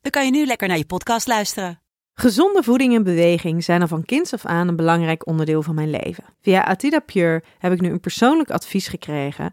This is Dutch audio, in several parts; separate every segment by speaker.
Speaker 1: dan kan je nu lekker naar je podcast luisteren.
Speaker 2: Gezonde voeding en beweging zijn al van kinds af aan een belangrijk onderdeel van mijn leven. Via Atida Pure heb ik nu een persoonlijk advies gekregen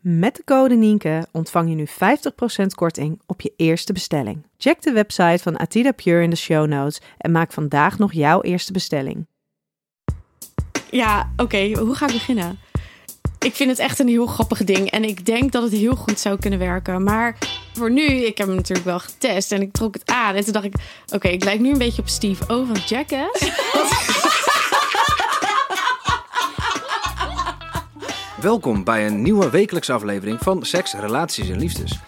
Speaker 2: Met de code Nienke ontvang je nu 50% korting op je eerste bestelling. Check de website van Atida Pure in de show notes en maak vandaag nog jouw eerste bestelling.
Speaker 3: Ja, oké, hoe ga ik beginnen? Ik vind het echt een heel grappig ding en ik denk dat het heel goed zou kunnen werken. Maar voor nu, ik heb hem natuurlijk wel getest en ik trok het aan. En toen dacht ik, oké, ik lijk nu een beetje op Steve O van Jackass.
Speaker 4: Welkom bij een nieuwe wekelijkse aflevering van Seks, Relaties en Liefdes.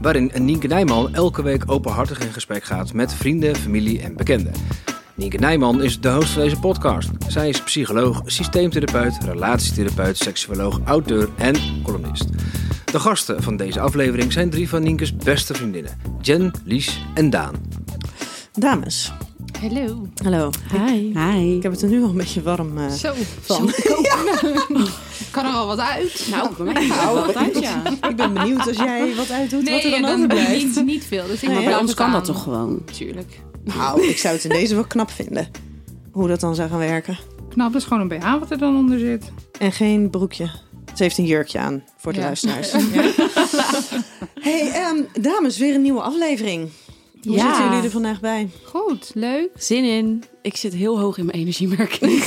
Speaker 4: Waarin Nienke Nijman elke week openhartig in gesprek gaat met vrienden, familie en bekenden. Nienke Nijman is de host van deze podcast. Zij is psycholoog, systeemtherapeut, relatietherapeut, seksuoloog, auteur en columnist. De gasten van deze aflevering zijn drie van Nienke's beste vriendinnen: Jen, Lies en Daan.
Speaker 5: Dames,
Speaker 3: Hallo.
Speaker 5: hallo.
Speaker 3: Hi.
Speaker 5: Ik heb het er nu al een beetje warm eh,
Speaker 6: Zo,
Speaker 5: van.
Speaker 6: kan er al wat uit.
Speaker 3: Nou, bij mij gaat het wel thuis, ja.
Speaker 5: ik ben benieuwd als jij wat uitdoet, wat er dan,
Speaker 6: dat
Speaker 5: overblijft.
Speaker 6: niet, niet veel. Dus ik
Speaker 5: Nee,
Speaker 6: moet
Speaker 5: bij
Speaker 6: wel
Speaker 7: Anders kan dat
Speaker 6: bestaan.
Speaker 7: toch gewoon?
Speaker 6: Tuurlijk.
Speaker 5: Nou, ik zou het in deze wel knap vinden. Hoe dat dan zou gaan werken.
Speaker 6: Knap is gewoon een BH wat er dan onder zit.
Speaker 5: En geen broekje. Ze heeft een jurkje aan, voor de
Speaker 6: Ja.
Speaker 5: luisteraars. Ja. hey, ehm, dames, weer een nieuwe aflevering. Hoe zitten jullie er vandaag bij?
Speaker 6: Goed, leuk.
Speaker 7: Zin in. Ik zit heel hoog in mijn energiemerking.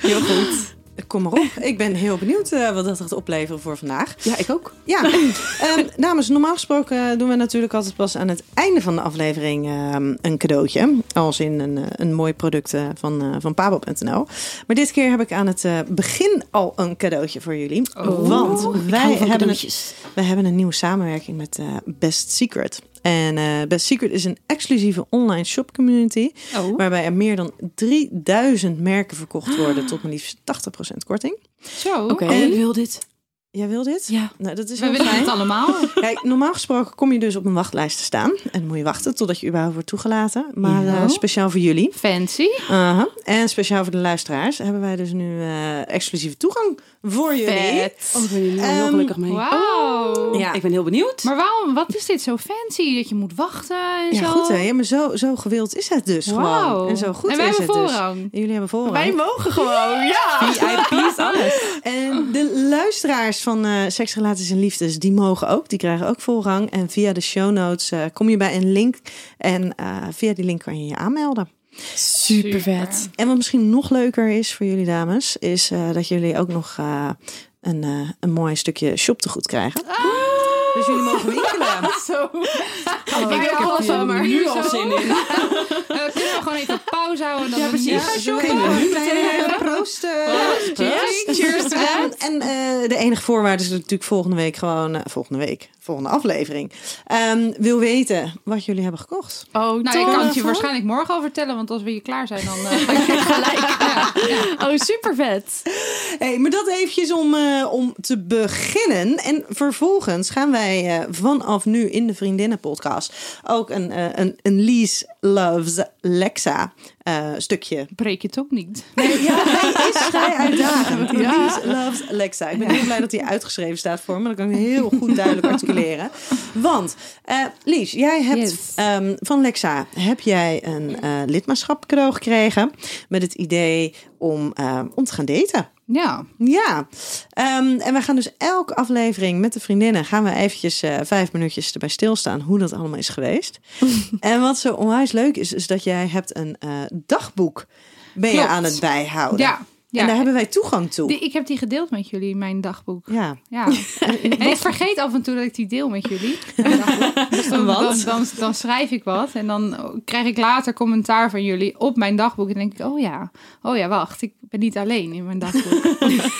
Speaker 3: Heel goed.
Speaker 5: Kom maar op. Ik ben heel benieuwd eh, wat dat gaat opleveren voor vandaag.
Speaker 7: Ja, ik ook.
Speaker 5: Ja, ehm, dames, normaal gesproken eh, doen we natuurlijk altijd pas aan het einde van de aflevering ehm, een cadeautje. Als in een, eh, een mooi product eh, van, eh, van Pabo.nl. Maar dit keer heb ik aan het eh, begin al een cadeautje voor jullie.
Speaker 7: Oh.
Speaker 5: want wij hebben, het, wij hebben een nieuwe samenwerking met eh, Best Secret. En eh, Best Secret is een exclusieve online shop community.
Speaker 6: Oh.
Speaker 5: Waarbij er meer dan 3000 merken verkocht worden tot maar liefst 80% korting.
Speaker 6: Zo.
Speaker 7: Oké.
Speaker 5: En-
Speaker 3: Oh,
Speaker 7: Ik Oh, wil dit.
Speaker 5: Jij wil dit?
Speaker 7: Ja.
Speaker 5: Nou, dat is
Speaker 6: We
Speaker 5: heel
Speaker 6: willen
Speaker 5: fijn.
Speaker 6: het allemaal.
Speaker 5: Kijk, normaal gesproken kom je dus op een wachtlijst te staan. En dan moet je wachten totdat je überhaupt wordt toegelaten. Maar
Speaker 6: Ja.
Speaker 5: eh, speciaal voor jullie.
Speaker 6: Fancy.
Speaker 5: Aha. En speciaal voor de luisteraars hebben wij dus nu eh, exclusieve toegang voor jullie.
Speaker 6: Vet.
Speaker 7: Oh, ik ben hier nu heel
Speaker 5: Ehm,
Speaker 7: gelukkig mee.
Speaker 6: Wauw.
Speaker 5: Oh. Ja.
Speaker 7: Ik ben heel benieuwd.
Speaker 6: Maar waarom? Wat is dit zo fancy? Dat je moet wachten en
Speaker 5: Ja,
Speaker 6: zo?
Speaker 5: goed hè. Ja, maar zo, zo gewild is het dus
Speaker 6: Wauw.
Speaker 5: gewoon. En zo goed
Speaker 6: En wij
Speaker 5: is het
Speaker 6: hebben
Speaker 5: dus.
Speaker 6: voorrang.
Speaker 5: En Jullie hebben voorrang.
Speaker 6: Wij mogen gewoon, ja.
Speaker 7: VIP is alles.
Speaker 5: En de luisteraars van eh Seks, Relaties en Liefdes, die mogen ook. Die krijgen ook voorrang. En via de show notes eh, kom je bij een link. En eh, via die link kan je je aanmelden.
Speaker 7: Super vet.
Speaker 5: En wat misschien nog leuker is voor jullie dames, is eh, dat jullie ook nog eh, een, eh, een mooi stukje shoptegoed krijgen. Dus jullie mogen winkelen.
Speaker 6: Zo. Ah. Oh, ik heb
Speaker 7: al
Speaker 6: alles
Speaker 7: zo,
Speaker 6: al, maar
Speaker 7: nu
Speaker 6: zo.
Speaker 7: al zin in.
Speaker 6: Eh, kunnen we gewoon even pauze houden? Dan
Speaker 7: Ja, precies.
Speaker 6: Ja,
Speaker 7: Ga
Speaker 5: Oké, nou, kleine proost. eh,
Speaker 6: Cheers. Cheers.
Speaker 5: En, en eh, de enige voorwaarde is dat natuurlijk volgende week gewoon, eh, volgende week, volgende aflevering, ehm, wil weten wat jullie hebben gekocht.
Speaker 6: Oh, nou, ik kan het je
Speaker 5: tof.
Speaker 6: waarschijnlijk morgen al vertellen, want als we hier klaar zijn, dan. eh, Ja.
Speaker 7: Oh, super vet.
Speaker 5: Hey, maar dat eventjes om, eh, om te beginnen. En vervolgens gaan wij eh, vanaf nu in de Vriendinnen-podcast ook een, eh, een, een Lies Loves Lexa eh, stukje.
Speaker 6: breek je het ook niet.
Speaker 5: Ja, hij is vrij uitdagend. Lies Loves Lexa. Ik ben heel blij dat hij uitgeschreven staat voor me. Dat kan ik heel goed duidelijk articuleren. Want eh, Lies, jij hebt
Speaker 6: Yes.
Speaker 5: ehm, van Lexa heb jij een eh, lidmaatschap cadeau gekregen. Met het idee om, eh, om te gaan daten.
Speaker 6: Ja,
Speaker 5: Ja, Ehm, en we gaan dus elke aflevering met de vriendinnen gaan we eventjes eh, vijf minuutjes erbij stilstaan hoe dat allemaal is geweest. en wat zo onwijs leuk is, is dat jij hebt een eh, dagboek ben je
Speaker 6: Klopt.
Speaker 8: Oh,
Speaker 5: aan het bijhouden.
Speaker 6: ja. Ja.
Speaker 8: eh,
Speaker 5: en daar hebben wij toegang toe.
Speaker 6: Die- ik heb die gedeeld met jullie, mijn dagboek.
Speaker 5: Ja.
Speaker 6: Ja. En ik vergeet af en toe dat ik die deel met jullie. mijn dagboek. Dus dan, dan, dan, dan schrijf ik wat en dan krijg ik later commentaar van jullie op mijn dagboek. En dan denk ik, oh ja, oh ja, wacht, ik ben niet alleen in mijn dagboek.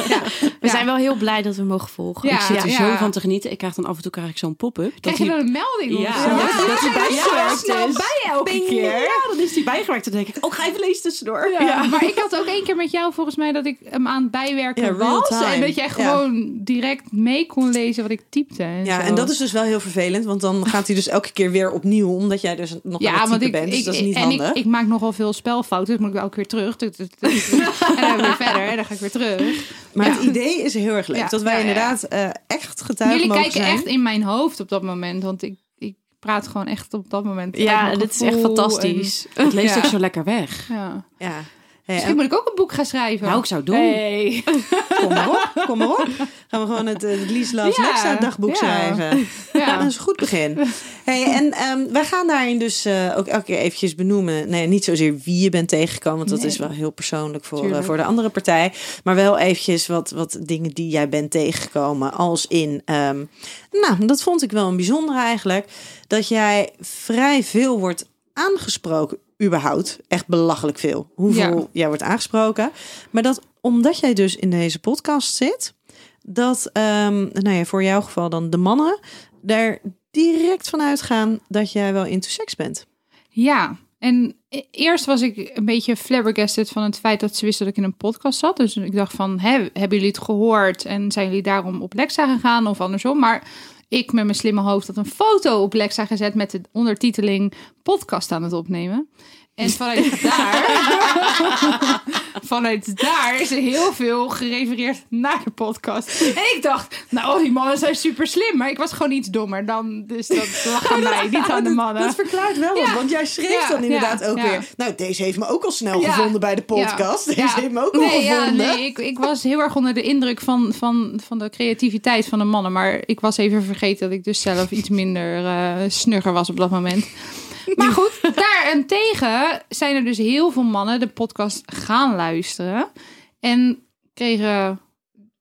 Speaker 6: ja.
Speaker 3: We zijn wel heel blij dat we mogen volgen.
Speaker 6: Ja.
Speaker 8: ik zit er
Speaker 6: ja.
Speaker 8: zo van te genieten. Ik krijg dan af en toe krijg ik zo'n pop-up. dat
Speaker 6: Krijg je
Speaker 8: die-
Speaker 6: dan een melding? of
Speaker 8: Ja,
Speaker 6: zo?
Speaker 8: dat, dat die bijgewerkt
Speaker 6: snel
Speaker 8: is.
Speaker 6: bij elke
Speaker 8: Ping.
Speaker 6: keer.
Speaker 8: Ja, dan is die bijgewerkt. Dan denk ik, oh, ga even lezen tussendoor.
Speaker 6: Ja. Maar ik had ook één keer met jou volgens mij dat ik hem aan het bijwerken
Speaker 5: Ja, real
Speaker 6: was.
Speaker 5: time.
Speaker 6: En dat jij
Speaker 5: Ja.
Speaker 6: gewoon direct mee kon lezen wat ik typte. En
Speaker 5: Ja,
Speaker 6: zo.
Speaker 5: en dat is dus wel heel vervelend, want dan gaat hij dus elke keer weer opnieuw, omdat jij dus nog aan het
Speaker 6: want
Speaker 5: typen
Speaker 6: ik,
Speaker 5: bent. Dus
Speaker 6: ik-
Speaker 5: dat is niet
Speaker 6: en
Speaker 5: handig.
Speaker 6: Ik, ik maak nogal veel spelfouten, dus moet ik wel elke keer terug. Tut, tut, tut, tut. en dan weer verder, en dan ga ik weer terug.
Speaker 5: maar
Speaker 6: ja.
Speaker 5: het idee is heel erg leuk,
Speaker 6: Ja,
Speaker 5: dat wij
Speaker 6: ja, ja.
Speaker 5: inderdaad eh, echt getuigen
Speaker 6: Jullie
Speaker 5: mogen
Speaker 6: kijken
Speaker 5: zijn.
Speaker 6: echt in mijn hoofd op dat moment, want ik, ik praat gewoon echt op dat moment. uit
Speaker 3: Ja,
Speaker 6: mijn
Speaker 3: dit is echt
Speaker 6: gevoel
Speaker 3: fantastisch.
Speaker 8: Het leest
Speaker 6: Ja.
Speaker 8: ook zo lekker weg.
Speaker 6: en- ja.
Speaker 5: Ja. Hey,
Speaker 6: Misschien moet ik ook een boek gaan schrijven.
Speaker 8: Nou, ik zou het doen.
Speaker 6: Hey.
Speaker 5: en kom maar op, kom maar op. Gaan we gewoon het uh, Lies Loves
Speaker 6: Ja,
Speaker 5: Nexa dagboek
Speaker 6: ja.
Speaker 5: schrijven. Ja, dat
Speaker 6: Ja.
Speaker 5: is een goed begin. Hey, en ehm, wij gaan daarin dus eh, ook elke keer eventjes benoemen. Nee, niet zozeer wie je bent tegengekomen, want dat is wel heel persoonlijk voor, eh,
Speaker 6: Tuurlijk.
Speaker 5: voor de andere partij. Maar wel eventjes wat, wat dingen die jij bent tegengekomen. Als in, ehm, nou, dat vond ik wel een bijzonder eigenlijk. Dat jij vrij veel wordt aangesproken, überhaupt. Echt belachelijk veel. Hoeveel
Speaker 6: Ja.
Speaker 5: jij wordt aangesproken. Maar dat omdat jij dus in deze podcast zit, dat ehm, nou ja, voor jouw geval dan de mannen daar direct van uitgaan dat jij wel into seks bent.
Speaker 6: Ja, en e- eerst was ik een beetje flabbergasted van het feit dat ze wisten dat ik in een podcast zat. Dus ik dacht van, hè, hebben jullie het gehoord en zijn jullie daarom op Lexa gegaan of andersom? Maar ik met mijn slimme hoofd had een foto op Lexa gezet met de ondertiteling podcast aan het opnemen. En vanuit daar, vanuit daar is er heel veel gerefereerd naar de podcast. En ik dacht, nou, die mannen zijn super slim. Maar ik was gewoon iets dommer dan, dus dat lag aan mij, niet aan de mannen.
Speaker 5: Dat verklaart wel, wat,
Speaker 6: Ja.
Speaker 5: want jij schreef
Speaker 6: Ja,
Speaker 5: dan inderdaad
Speaker 6: ja,
Speaker 5: ook
Speaker 6: ja.
Speaker 5: weer. Nou, deze heeft me ook al snel
Speaker 6: Ja.
Speaker 5: gevonden bij de podcast.
Speaker 6: Ja.
Speaker 5: Deze
Speaker 6: Ja.
Speaker 5: heeft me ook al
Speaker 6: nee, ja,
Speaker 5: gevonden.
Speaker 6: nee, ik, ik was heel erg onder de indruk van, van, van de creativiteit van de mannen. Maar ik was even vergeten dat ik dus zelf iets minder eh, snugger was op dat moment. Maar goed, daarentegen zijn er dus heel veel mannen de podcast gaan luisteren. En kregen...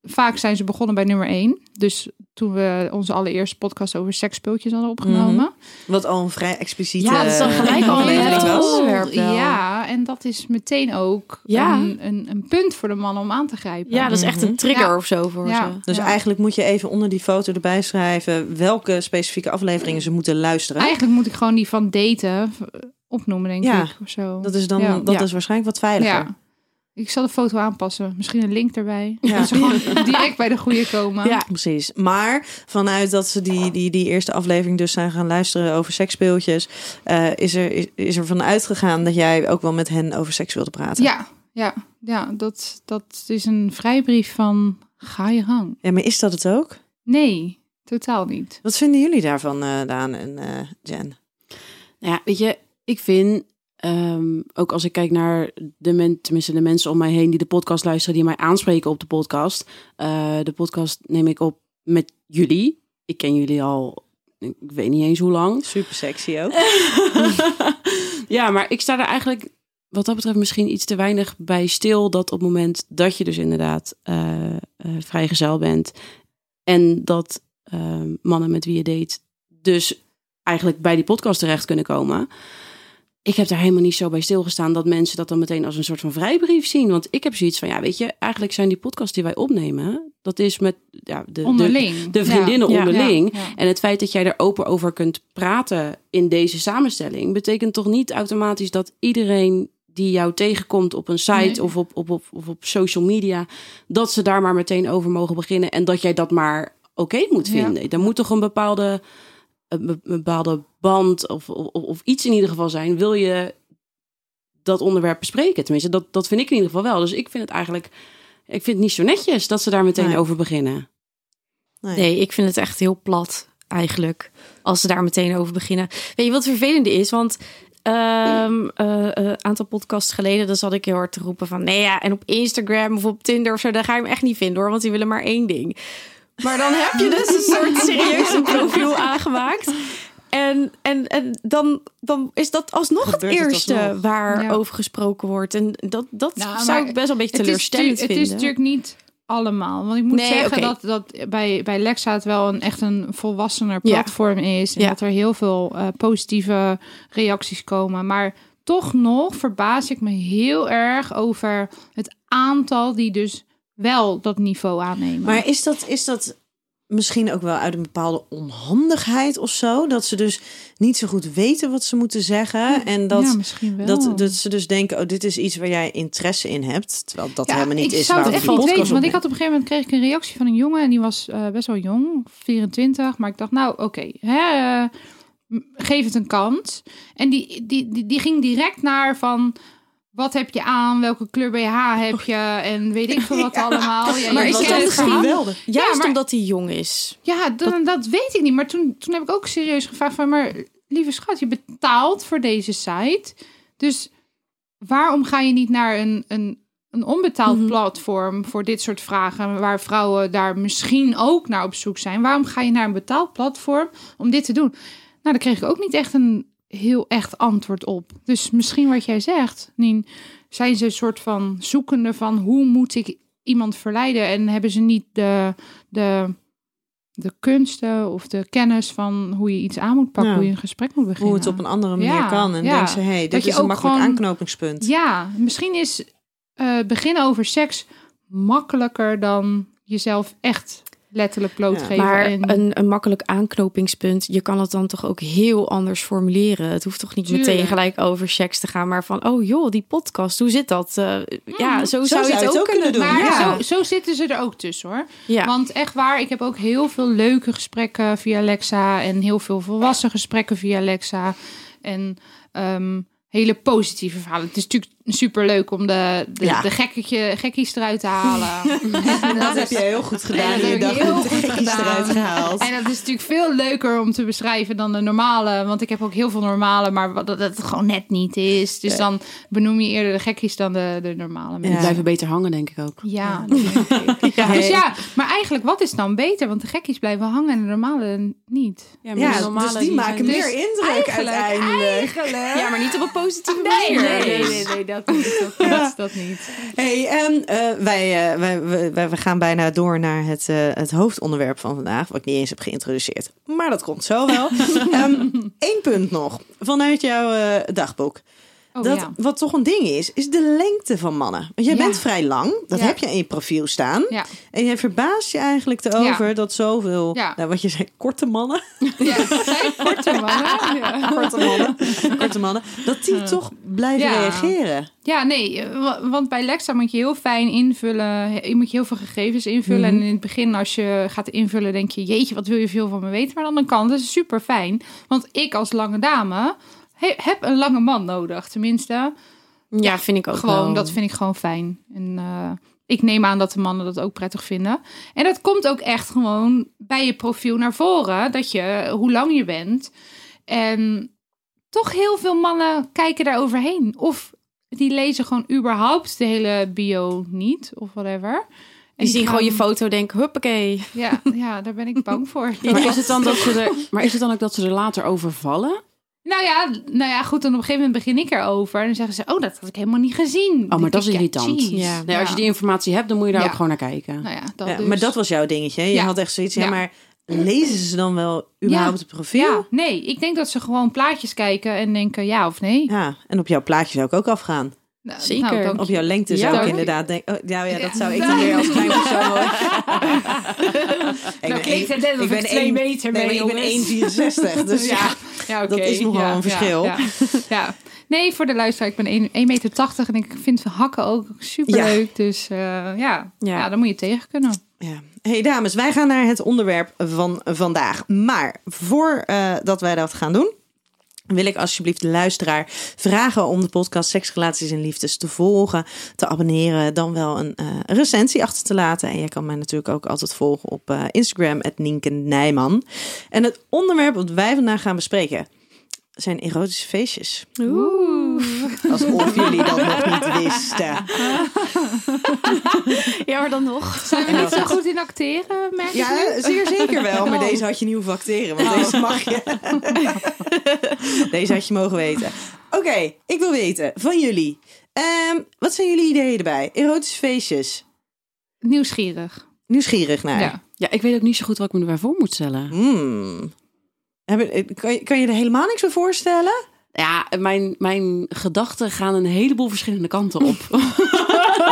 Speaker 6: Vaak zijn ze begonnen bij nummer 1. Dus toen we onze allereerste podcast over seksspeeltjes hadden opgenomen.
Speaker 5: Mhm. Wat al een vrij expliciete
Speaker 3: Ja, dat is dan gelijk al een
Speaker 5: aflevering
Speaker 3: heel
Speaker 5: was.
Speaker 3: onderwerp wel.
Speaker 6: Ja, en dat is meteen ook
Speaker 3: Ja.
Speaker 6: een, een, een punt voor de mannen om aan te grijpen.
Speaker 3: Ja, dat is echt
Speaker 7: Mhm.
Speaker 3: een trigger
Speaker 6: Ja.
Speaker 3: of zo voor
Speaker 6: Ja.
Speaker 3: ze.
Speaker 5: Dus
Speaker 6: Ja.
Speaker 5: eigenlijk moet je even onder die foto erbij schrijven welke specifieke afleveringen ze moeten luisteren.
Speaker 3: Ah,
Speaker 6: Eigenlijk moet ik gewoon die van daten eh, opnoemen, denk
Speaker 5: Ja,
Speaker 6: ik. Of zo.
Speaker 5: Dat is dan
Speaker 6: Ja.
Speaker 5: dat
Speaker 3: Ja.
Speaker 5: is waarschijnlijk wat veiliger.
Speaker 6: ja. Ik zal de foto aanpassen. Misschien een link erbij.
Speaker 5: Ja.
Speaker 6: Dat ze gewoon direct bij de goede komen.
Speaker 3: Ja.
Speaker 5: Precies. Maar vanuit dat ze die, die, die eerste aflevering dus zijn gaan luisteren over seksspeeltjes, eh, is, er, is, is er van uitgegaan dat jij ook wel met hen over seks wilde praten.
Speaker 6: ja, ja, ja dat, dat is een vrijbrief van ga je gang.
Speaker 5: Ja, maar is dat het ook?
Speaker 6: Nee, totaal niet.
Speaker 5: Wat vinden jullie daarvan, eh, Daan en eh Jen?
Speaker 8: Nou ja, weet je, ik vind, ehm, ook als ik kijk naar de, men, tenminste de mensen om mij heen die de podcast luisteren, die mij aanspreken op de podcast. eh, de podcast neem ik op met jullie. Ik ken jullie al, ik weet niet eens hoe lang.
Speaker 5: Super sexy ook.
Speaker 8: ja, maar ik sta er eigenlijk wat dat betreft misschien iets te weinig bij stil. Dat op het moment dat je dus inderdaad eh, eh, vrijgezel bent. En dat eh, mannen met wie je date dus eigenlijk bij die podcast terecht kunnen komen. Ik heb daar helemaal niet zo bij stilgestaan dat mensen dat dan meteen als een soort van vrijbrief zien. Want ik heb zoiets van, ja, weet je, eigenlijk zijn die podcasts die wij opnemen, dat is met ja, de, de,
Speaker 6: Onderling.
Speaker 8: de
Speaker 6: Ja,
Speaker 8: vriendinnen
Speaker 6: ja,
Speaker 8: onderling.
Speaker 6: ja, ja.
Speaker 8: En het feit dat jij er open over kunt praten in deze samenstelling, betekent toch niet automatisch dat iedereen die jou tegenkomt op een site
Speaker 6: Nee.
Speaker 8: of, op, op, op, of op social media, dat ze daar maar meteen over mogen beginnen en dat jij dat maar oké moet
Speaker 6: Ja.
Speaker 8: vinden. Er moet toch een bepaalde, een be- bepaalde band of, of, of iets in ieder geval zijn. Wil je dat onderwerp bespreken? Tenminste, dat, dat vind ik in ieder geval wel. Dus ik vind het eigenlijk, ik vind het niet zo netjes dat ze daar meteen
Speaker 5: Nee.
Speaker 8: over beginnen.
Speaker 5: Nou
Speaker 3: Nee, ik vind het echt heel plat eigenlijk. Als ze daar meteen over beginnen. Weet je wat het vervelende is? Want een aantal podcasts geleden, dan zat ik heel hard te roepen van... Nee ja, en op Instagram of op Tinder of zo, daar ga je hem echt niet vinden hoor. Want die willen maar één ding. Maar dan heb je dus een soort serieuze profiel aangemaakt. En, en, en dan, dan is dat alsnog het
Speaker 5: Gebeurt het
Speaker 3: eerste
Speaker 5: alsnog.
Speaker 3: waar
Speaker 6: Ja.
Speaker 3: over gesproken wordt. En dat, dat
Speaker 6: Nou, maar
Speaker 3: zou ik best wel een beetje
Speaker 6: Het is,
Speaker 3: teleurstellend
Speaker 6: tu- het
Speaker 3: vinden.
Speaker 6: is natuurlijk niet allemaal. Want ik moet
Speaker 3: Nee,
Speaker 6: zeggen
Speaker 3: oké.
Speaker 6: dat, dat bij, bij Lexa het wel een, echt een volwassener
Speaker 3: Ja.
Speaker 6: platform is. En
Speaker 3: Ja.
Speaker 6: dat er heel veel eh, positieve reacties komen. Maar toch nog verbaas ik me heel erg over het aantal die dus wel dat niveau aannemen.
Speaker 5: Maar is dat, is dat misschien ook wel uit een bepaalde onhandigheid of zo? Dat ze dus niet zo goed weten wat ze moeten zeggen. En dat,
Speaker 6: ja, misschien wel.
Speaker 5: dat, dat ze dus denken, oh, dit is iets waar jij interesse in hebt. Terwijl dat helemaal niet
Speaker 6: ik
Speaker 5: is
Speaker 6: zou het
Speaker 5: waarom
Speaker 6: echt
Speaker 5: je
Speaker 6: niet
Speaker 5: podcast
Speaker 6: weten. Want
Speaker 5: opneemt.
Speaker 6: ik had op een gegeven moment kreeg ik een reactie van een jongen. En die was eh, best wel jong, 24. Maar ik dacht, nou oké, hè, eh, m- geef het een kans. En die, die, die, die ging direct naar van... Wat heb je aan? Welke kleur BH heb je? En weet ik veel wat allemaal. Ja,
Speaker 3: Maar
Speaker 6: je
Speaker 3: is
Speaker 6: kent
Speaker 3: dat
Speaker 6: het
Speaker 3: misschien
Speaker 6: verhaal.
Speaker 5: geweldig?
Speaker 3: Juist
Speaker 6: Ja, maar-
Speaker 3: omdat hij jong is.
Speaker 6: Ja, dan, dat... weet ik niet. Maar toen, toen heb ik ook serieus gevraagd van... Maar lieve schat, je betaalt voor deze site. Dus waarom ga je niet naar een, een, een onbetaald
Speaker 5: Mhm.
Speaker 6: platform... voor dit soort vragen... waar vrouwen daar misschien ook naar op zoek zijn? Waarom ga je naar een betaald platform om dit te doen? Nou, daar kreeg ik ook niet echt een heel echt antwoord op. Dus misschien wat jij zegt, Nien... zijn ze een soort van zoekende van... hoe moet ik iemand verleiden? En hebben ze niet de... de de kunsten of de kennis van hoe je iets aan moet pakken,
Speaker 5: Ja.
Speaker 6: hoe je een gesprek moet beginnen.
Speaker 5: Hoe het op een andere manier
Speaker 6: Ja,
Speaker 5: kan. En
Speaker 6: ja.
Speaker 5: denken ze, hé, hey,
Speaker 6: Dat
Speaker 5: dit
Speaker 6: je
Speaker 5: is een
Speaker 6: ook
Speaker 5: makkelijk
Speaker 6: gewoon-
Speaker 5: aanknopingspunt.
Speaker 6: Ja, misschien is eh, beginnen over seks makkelijker dan jezelf echt letterlijk blootgeven.
Speaker 3: Maar
Speaker 6: en-
Speaker 3: een, een makkelijk aanknopingspunt, je kan het dan toch ook heel anders formuleren. Het hoeft toch niet
Speaker 6: Tuurlijk.
Speaker 3: meteen gelijk over seks te gaan, maar van, oh joh, die podcast, hoe zit dat? Eh, ja, zo, zou je het ook kunnen doen.
Speaker 6: Maar
Speaker 3: ja.
Speaker 6: zo, zo zitten ze er ook tussen hoor.
Speaker 3: Ja.
Speaker 6: Want echt waar, ik heb ook heel veel leuke gesprekken via Alexa. En heel veel volwassen gesprekken via Alexa. En ehm, hele positieve verhalen. Het is natuurlijk super leuk om de, de,
Speaker 5: Ja.
Speaker 6: de gekketje, gekkies eruit te halen. En
Speaker 5: Dat heb
Speaker 6: is-
Speaker 5: je heel goed
Speaker 6: Ja,
Speaker 5: gedaan.
Speaker 6: dat
Speaker 5: Je
Speaker 6: heb ik
Speaker 5: dacht,
Speaker 6: heel
Speaker 5: goed
Speaker 6: goed gedaan.
Speaker 5: eruit gehaald.
Speaker 6: En dat is natuurlijk veel leuker om te beschrijven dan de normale. Want ik heb ook heel veel normale, maar wat dat het gewoon net niet is. Dus dan benoem je eerder de gekkies dan de, de normale mensen.
Speaker 5: Ja.
Speaker 8: Blijven beter hangen, denk ik ook.
Speaker 6: Ja, dat denk ik. Dus ja, maar eigenlijk, wat is dan beter? Want de gekkies blijven hangen en de normale niet.
Speaker 8: Ja,
Speaker 5: Ja, dus die maken
Speaker 6: dus
Speaker 5: meer indruk uiteindelijk.
Speaker 3: Ja, maar niet op een positieve
Speaker 6: Ah, Nee,
Speaker 3: manier.
Speaker 6: nee, nee, nee, nee, dat niet. Dat, dat, dat niet.
Speaker 5: Hey, ehm, eh, wij, eh, wij, wij, wij- we gaan bijna door naar het, eh, het hoofdonderwerp van vandaag, wat ik niet eens heb geïntroduceerd. Maar dat komt zo wel. Eén punt nog, vanuit jouw eh, dagboek.
Speaker 6: Oh
Speaker 5: dat,
Speaker 6: ja.
Speaker 5: Wat toch een ding is, is de lengte van mannen. Want jij
Speaker 6: Ja.
Speaker 5: bent vrij lang, dat
Speaker 6: Ja.
Speaker 5: heb je in je profiel staan.
Speaker 6: Ja.
Speaker 5: En jij verbaast je eigenlijk erover dat zoveel,
Speaker 6: Ja.
Speaker 5: nou wat je zei, korte mannen,
Speaker 6: ja, het zijn korte mannen. Ja.
Speaker 5: korte mannen, korte mannen dat die toch blijven
Speaker 6: Ja.
Speaker 5: reageren.
Speaker 6: Ja, nee, eh, wa- want bij Lexa moet je heel fijn invullen. Je moet je heel veel gegevens invullen. En in het begin, als je gaat invullen, denk je: Jeetje, wat wil je veel van me weten? Maar aan de andere kant is het super fijn. Want ik als lange dame he- heb een lange man nodig. Tenminste,
Speaker 3: Ja, vind ik ook
Speaker 6: gewoon,
Speaker 3: wel.
Speaker 6: dat vind ik gewoon fijn. En eh, ik neem aan dat de mannen dat ook prettig vinden. En dat komt ook echt gewoon bij je profiel naar voren. Dat je, hoe lang je bent. En toch heel veel mannen kijken daar overheen. Of die lezen gewoon überhaupt de hele bio niet. Of whatever. En
Speaker 3: Die zien gewoon je
Speaker 6: gaan-
Speaker 3: foto, denken, huppakee.
Speaker 6: Ja, ja, daar ben ik bang voor.
Speaker 8: Maar is, het dan dat ze er, maar is het dan ook dat ze er later over vallen?
Speaker 6: Nou ja, nou ja, goed. Dan op een gegeven moment begin ik erover. En dan zeggen ze, oh, dat had ik helemaal niet gezien.
Speaker 8: Oh, maar dat is
Speaker 6: Ja,
Speaker 8: irritant.
Speaker 6: jeez.
Speaker 3: Ja.
Speaker 8: Nee, als je die informatie hebt, dan moet je daar
Speaker 6: Ja.
Speaker 8: ook gewoon naar kijken.
Speaker 6: Nou ja, dat
Speaker 5: Ja,
Speaker 6: dus.
Speaker 5: Maar dat was jouw dingetje. Je
Speaker 6: Ja.
Speaker 5: had echt zoiets, ja,
Speaker 6: Ja.
Speaker 5: maar lezen ze dan wel überhaupt het profiel?
Speaker 6: Ja, nee. Ik denk dat ze gewoon plaatjes kijken en denken ja of nee.
Speaker 5: Ja, en op jouw plaatje zou ik ook afgaan.
Speaker 6: Nou,
Speaker 3: Zeker.
Speaker 6: nou, dank
Speaker 5: Op
Speaker 6: je.
Speaker 5: jouw lengte zou
Speaker 6: Ja.
Speaker 5: ik inderdaad denken. Oh, ja, ja, dat
Speaker 6: Ja.
Speaker 5: zou ik dan weer als klein persoon. hoor. ik
Speaker 6: Nou
Speaker 5: ben
Speaker 6: klinkt
Speaker 5: één-
Speaker 6: het net
Speaker 5: ik
Speaker 6: of
Speaker 5: ben
Speaker 6: ik twee
Speaker 5: één-
Speaker 6: meter
Speaker 5: nee,
Speaker 6: mee,
Speaker 5: maar ik ben
Speaker 6: jongens.
Speaker 5: 1,64. Dus ja.
Speaker 6: ja, oké.
Speaker 5: dat is nogal een verschil.
Speaker 6: Ja, ja. Nee, voor de luisteraar, ik ben 1,80 meter en ik vind hakken ook superleuk. Dus eh, ja. Ja. dan moet je tegen kunnen.
Speaker 5: Ja. Hey dames, wij gaan naar het onderwerp van vandaag. Maar voordat dat wij dat gaan doen, wil ik alsjeblieft de luisteraar vragen om de podcast Seks, Relaties en Liefdes te volgen, te abonneren, dan wel een eh, recensie achter te laten. En je kan mij natuurlijk ook altijd volgen op eh, Instagram, het Nienke Nijman. En het onderwerp wat wij vandaag gaan bespreken zijn erotische feestjes. Alsof jullie dat nog niet wisten.
Speaker 3: Ja, Ja, maar dan nog.
Speaker 6: Zijn we niet zo goed in acteren, merk ik nu?
Speaker 5: Ja, zeer zeker wel. Maar
Speaker 6: Oh.
Speaker 5: deze had je niet hoeven acteren, want
Speaker 8: Oh.
Speaker 5: deze mag je. deze had je mogen weten. Oké, ik wil weten van jullie. Ehm, wat zijn jullie ideeën erbij? Erotische feestjes.
Speaker 6: Nieuwsgierig.
Speaker 5: Nieuwsgierig naar.
Speaker 6: Ja.
Speaker 8: Ja, ik weet ook niet zo goed wat ik me erbij voor moet stellen.
Speaker 5: Hmm. Hebben- eh, Kan, je, kan je er helemaal niks bij voorstellen?
Speaker 8: Ja, mijn, mijn gedachten gaan een heleboel verschillende kanten op.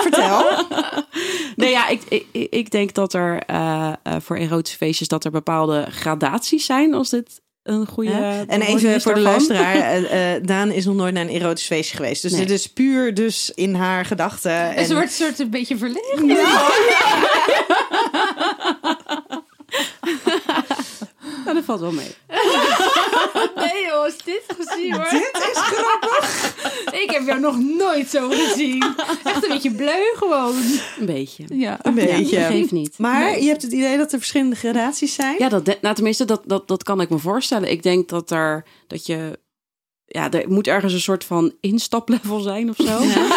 Speaker 5: Vertel.
Speaker 8: nee, ja, ik, ik, ik denk dat er eh, eh, voor erotische feestjes dat er bepaalde gradaties zijn als dit een goede. eh,
Speaker 5: en
Speaker 8: woord
Speaker 5: even
Speaker 8: is
Speaker 5: voor de
Speaker 8: daarvan.
Speaker 5: luisteraar. eh, eh, Daan is nog nooit naar een erotisch feestje geweest. Dus
Speaker 8: Nee.
Speaker 5: dit is puur dus in haar gedachten.
Speaker 6: En
Speaker 5: en-
Speaker 6: ze wordt soort een beetje verlegen.
Speaker 8: Nou, dat valt wel mee.
Speaker 6: Nee joh, is dit gezien hoor.
Speaker 5: Dit is grappig.
Speaker 6: Ik heb jou nog nooit zo gezien. Echt een beetje bleu gewoon.
Speaker 8: Een beetje.
Speaker 6: Ja.
Speaker 5: Een beetje.
Speaker 8: Ja, geeft niet.
Speaker 5: Maar je hebt het idee dat er verschillende gradaties zijn.
Speaker 8: Ja, dat, de- nou, tenminste, dat, dat, dat kan ik me voorstellen. Ik denk dat er dat je. Ja, er moet ergens een soort van instaplevel zijn of zo.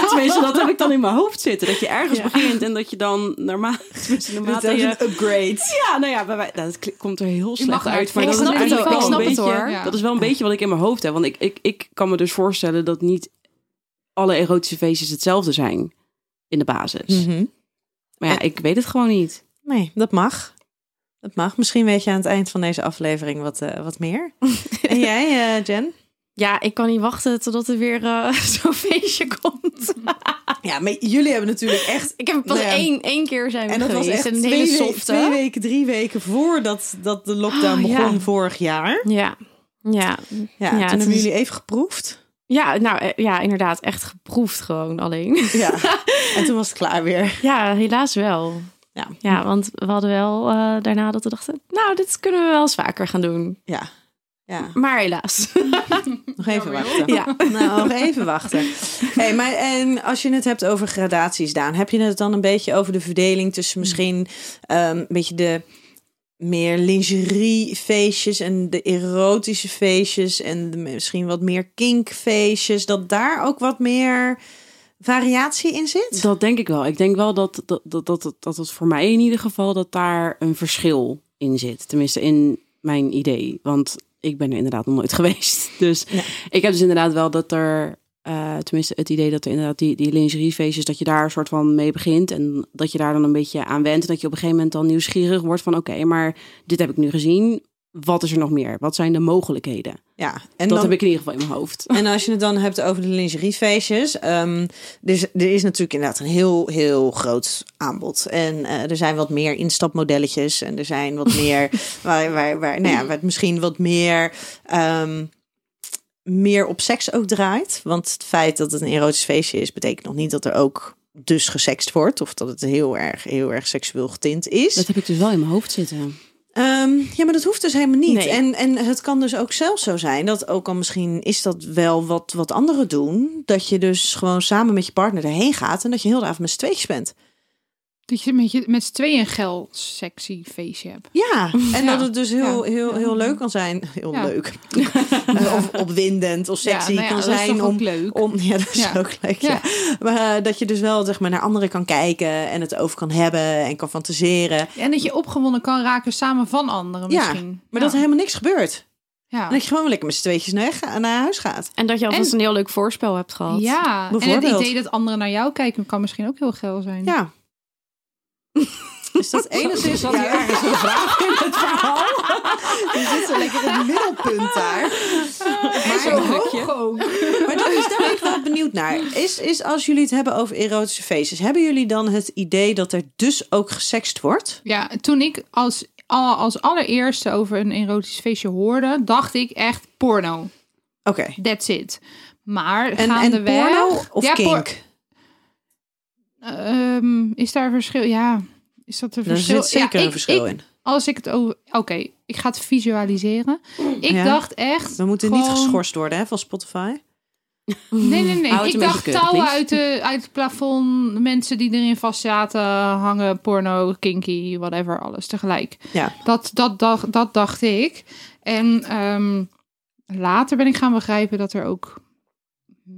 Speaker 8: Tenminste, dat heb ik dan in mijn hoofd zitten. Dat je ergens begint en dat je dan normaal. Tenminste,
Speaker 5: dat
Speaker 8: naarmate
Speaker 5: is
Speaker 8: je.
Speaker 5: een upgrade.
Speaker 8: Ja, nou ja, bij wij- nou, dat kli- komt er heel
Speaker 6: mag
Speaker 8: slecht uit. Maar
Speaker 6: uitvallen.
Speaker 8: dat is
Speaker 6: Ik snap het
Speaker 8: eigenlijk
Speaker 6: wel.
Speaker 8: wel een
Speaker 6: Ik
Speaker 8: beetje,
Speaker 6: snap het hoor. Ja.
Speaker 8: dat is wel een beetje wat ik in mijn hoofd heb. Want ik, ik, ik kan me dus voorstellen dat niet alle erotische feestjes hetzelfde zijn in de basis.
Speaker 5: Hmm.
Speaker 3: Mhm.
Speaker 8: Maar ja, ik weet het gewoon niet.
Speaker 5: Nee, dat mag. Dat mag. Misschien weet je aan het eind van deze aflevering wat, eh, wat meer. en jij, eh, Jen?
Speaker 3: Ja, ik kan niet wachten totdat er weer eh, zo'n feestje komt.
Speaker 5: Ah, Ja, maar jullie hebben natuurlijk echt...
Speaker 3: Ik heb pas
Speaker 5: Nee.
Speaker 3: één, één keer zijn we
Speaker 5: En dat was
Speaker 3: geweest.
Speaker 5: echt
Speaker 3: en
Speaker 5: twee,
Speaker 3: een hele
Speaker 5: we-
Speaker 3: softe.
Speaker 5: twee weken, drie weken voordat dat de lockdown
Speaker 3: Oh, ja.
Speaker 5: begon vorig jaar.
Speaker 3: Ja. Ja.
Speaker 5: Ja,
Speaker 3: Ja,
Speaker 5: toen
Speaker 3: het
Speaker 5: hebben
Speaker 3: is-
Speaker 5: jullie even geproefd.
Speaker 3: ja, nou eh, ja, inderdaad. Echt geproefd gewoon alleen.
Speaker 5: Ja. en toen was het klaar weer.
Speaker 3: Ja, helaas wel.
Speaker 5: Ja.
Speaker 3: ja, want we hadden wel eh, daarna dat we dachten... nou, dit kunnen we wel eens vaker gaan doen.
Speaker 5: Ja. Ja,
Speaker 3: Maar helaas.
Speaker 5: nog even
Speaker 6: Jammer,
Speaker 5: wachten.
Speaker 3: Ja.
Speaker 5: Nou, nog even wachten. Hey, maar en als je het hebt over gradaties, Daan, heb je het dan een beetje over de verdeling tussen misschien ehm, een beetje de meer lingeriefeestjes en de erotische feestjes en de misschien wat meer kinkfeestjes, dat daar ook wat meer variatie in zit?
Speaker 8: Dat denk ik wel. Ik denk wel dat dat, dat, dat, dat, dat het voor mij in ieder geval dat daar een verschil in zit. Tenminste, in mijn idee. Want ik ben er inderdaad nog nooit geweest. Dus ik heb dus inderdaad wel dat er. eh, tenminste, het idee dat er inderdaad die, die lingeriefeestjes, dat je daar een soort van mee begint. En dat je daar dan een beetje aan went. En dat je op een gegeven moment dan nieuwsgierig wordt van oké, maar dit heb ik nu gezien. Wat is er nog meer? Wat zijn de mogelijkheden?
Speaker 5: Ja, en
Speaker 8: dat
Speaker 5: dan,
Speaker 8: heb ik in ieder geval in mijn hoofd.
Speaker 5: En als je het dan hebt over de lingeriefeestjes. ehm dus er is natuurlijk inderdaad een heel, heel groot aanbod. En eh, er zijn wat meer instapmodelletjes. En er zijn wat meer, waar, waar, waar, nou ja, waar het misschien wat meer, ehm, meer op seks ook draait. Want het feit dat het een erotisch feestje is, betekent nog niet dat er ook dus gesext wordt. Of dat het heel erg, heel erg seksueel getint is.
Speaker 8: Dat heb ik dus wel in mijn hoofd zitten.
Speaker 5: Ehm, ja, maar dat hoeft dus helemaal niet.
Speaker 3: Nee.
Speaker 5: En, en het kan dus ook zelfs zo zijn dat, ook al misschien is dat wel wat, wat anderen doen, dat je dus gewoon samen met je partner erheen gaat en dat je heel de avond met z'n tweetjes bent.
Speaker 6: Dat je met, je, met z'n tweeën een geil sexy feestje hebt.
Speaker 5: Ja, en
Speaker 6: Ja.
Speaker 5: dat het dus heel,
Speaker 6: Ja.
Speaker 5: heel, heel leuk kan zijn. Heel
Speaker 6: Ja.
Speaker 5: leuk. Eh, of opwindend of sexy
Speaker 6: nou ja,
Speaker 5: kan
Speaker 6: dat is
Speaker 5: zijn.
Speaker 6: toch ook
Speaker 5: om,
Speaker 6: leuk?
Speaker 5: Om, ja, dat is
Speaker 6: Ja.
Speaker 5: ook leuk. Ja.
Speaker 6: Ja.
Speaker 5: Maar eh, dat je dus wel zeg maar, naar anderen kan kijken en het over kan hebben en kan fantaseren.
Speaker 6: En dat je opgewonden kan raken samen van anderen
Speaker 5: Ja,
Speaker 6: misschien.
Speaker 5: Maar dat er helemaal niks gebeurt.
Speaker 6: ja.
Speaker 5: En dat je gewoon lekker met z'n tweetjes naar, naar huis gaat.
Speaker 3: En dat je alvast
Speaker 6: En-
Speaker 3: een heel leuk voorspel hebt gehad.
Speaker 6: Ja, en het
Speaker 5: Bijvoorbeeld.
Speaker 6: idee dat anderen naar jou kijken kan misschien ook heel geil zijn.
Speaker 5: Ja. Is dat enigszins wat hier ergens een vraag in het verhaal? Je zit zo lekker in het middelpunt daar. Maar, maar dat is, daar ben ik wel benieuwd naar. Is, is als jullie het hebben over erotische feestjes, hebben jullie dan het idee dat er dus ook gesext wordt?
Speaker 6: Ja, toen ik als, al- als allereerste over een erotisch feestje hoorde, dacht ik echt porno.
Speaker 5: Oké.
Speaker 6: That's it. Maar
Speaker 5: En, en
Speaker 6: gaandeweg...
Speaker 5: porno of
Speaker 6: Ja, por-
Speaker 5: kink?
Speaker 6: Ehm, is daar een verschil? Ja, is dat een
Speaker 5: Daar
Speaker 6: verschil?
Speaker 5: zit zeker
Speaker 6: Ja,
Speaker 5: een verschil
Speaker 6: ik-
Speaker 5: in.
Speaker 6: Als ik het over... Oké, ik ga het visualiseren. Ik
Speaker 5: Ja.
Speaker 6: dacht echt...
Speaker 5: We moeten niet
Speaker 6: gewoon-
Speaker 5: geschorst worden hè, van Spotify.
Speaker 6: Nee, nee, nee.
Speaker 8: Hou het
Speaker 6: Ik
Speaker 8: een beetje
Speaker 6: dacht
Speaker 8: keurig,
Speaker 6: touwen
Speaker 8: please.
Speaker 6: uit, de, uit het plafond. Mensen die erin vastzaten, hangen, porno, kinky, whatever, alles tegelijk.
Speaker 5: Ja.
Speaker 6: Dat, dat, dacht, dat dacht ik. En ehm, later ben ik gaan begrijpen dat er ook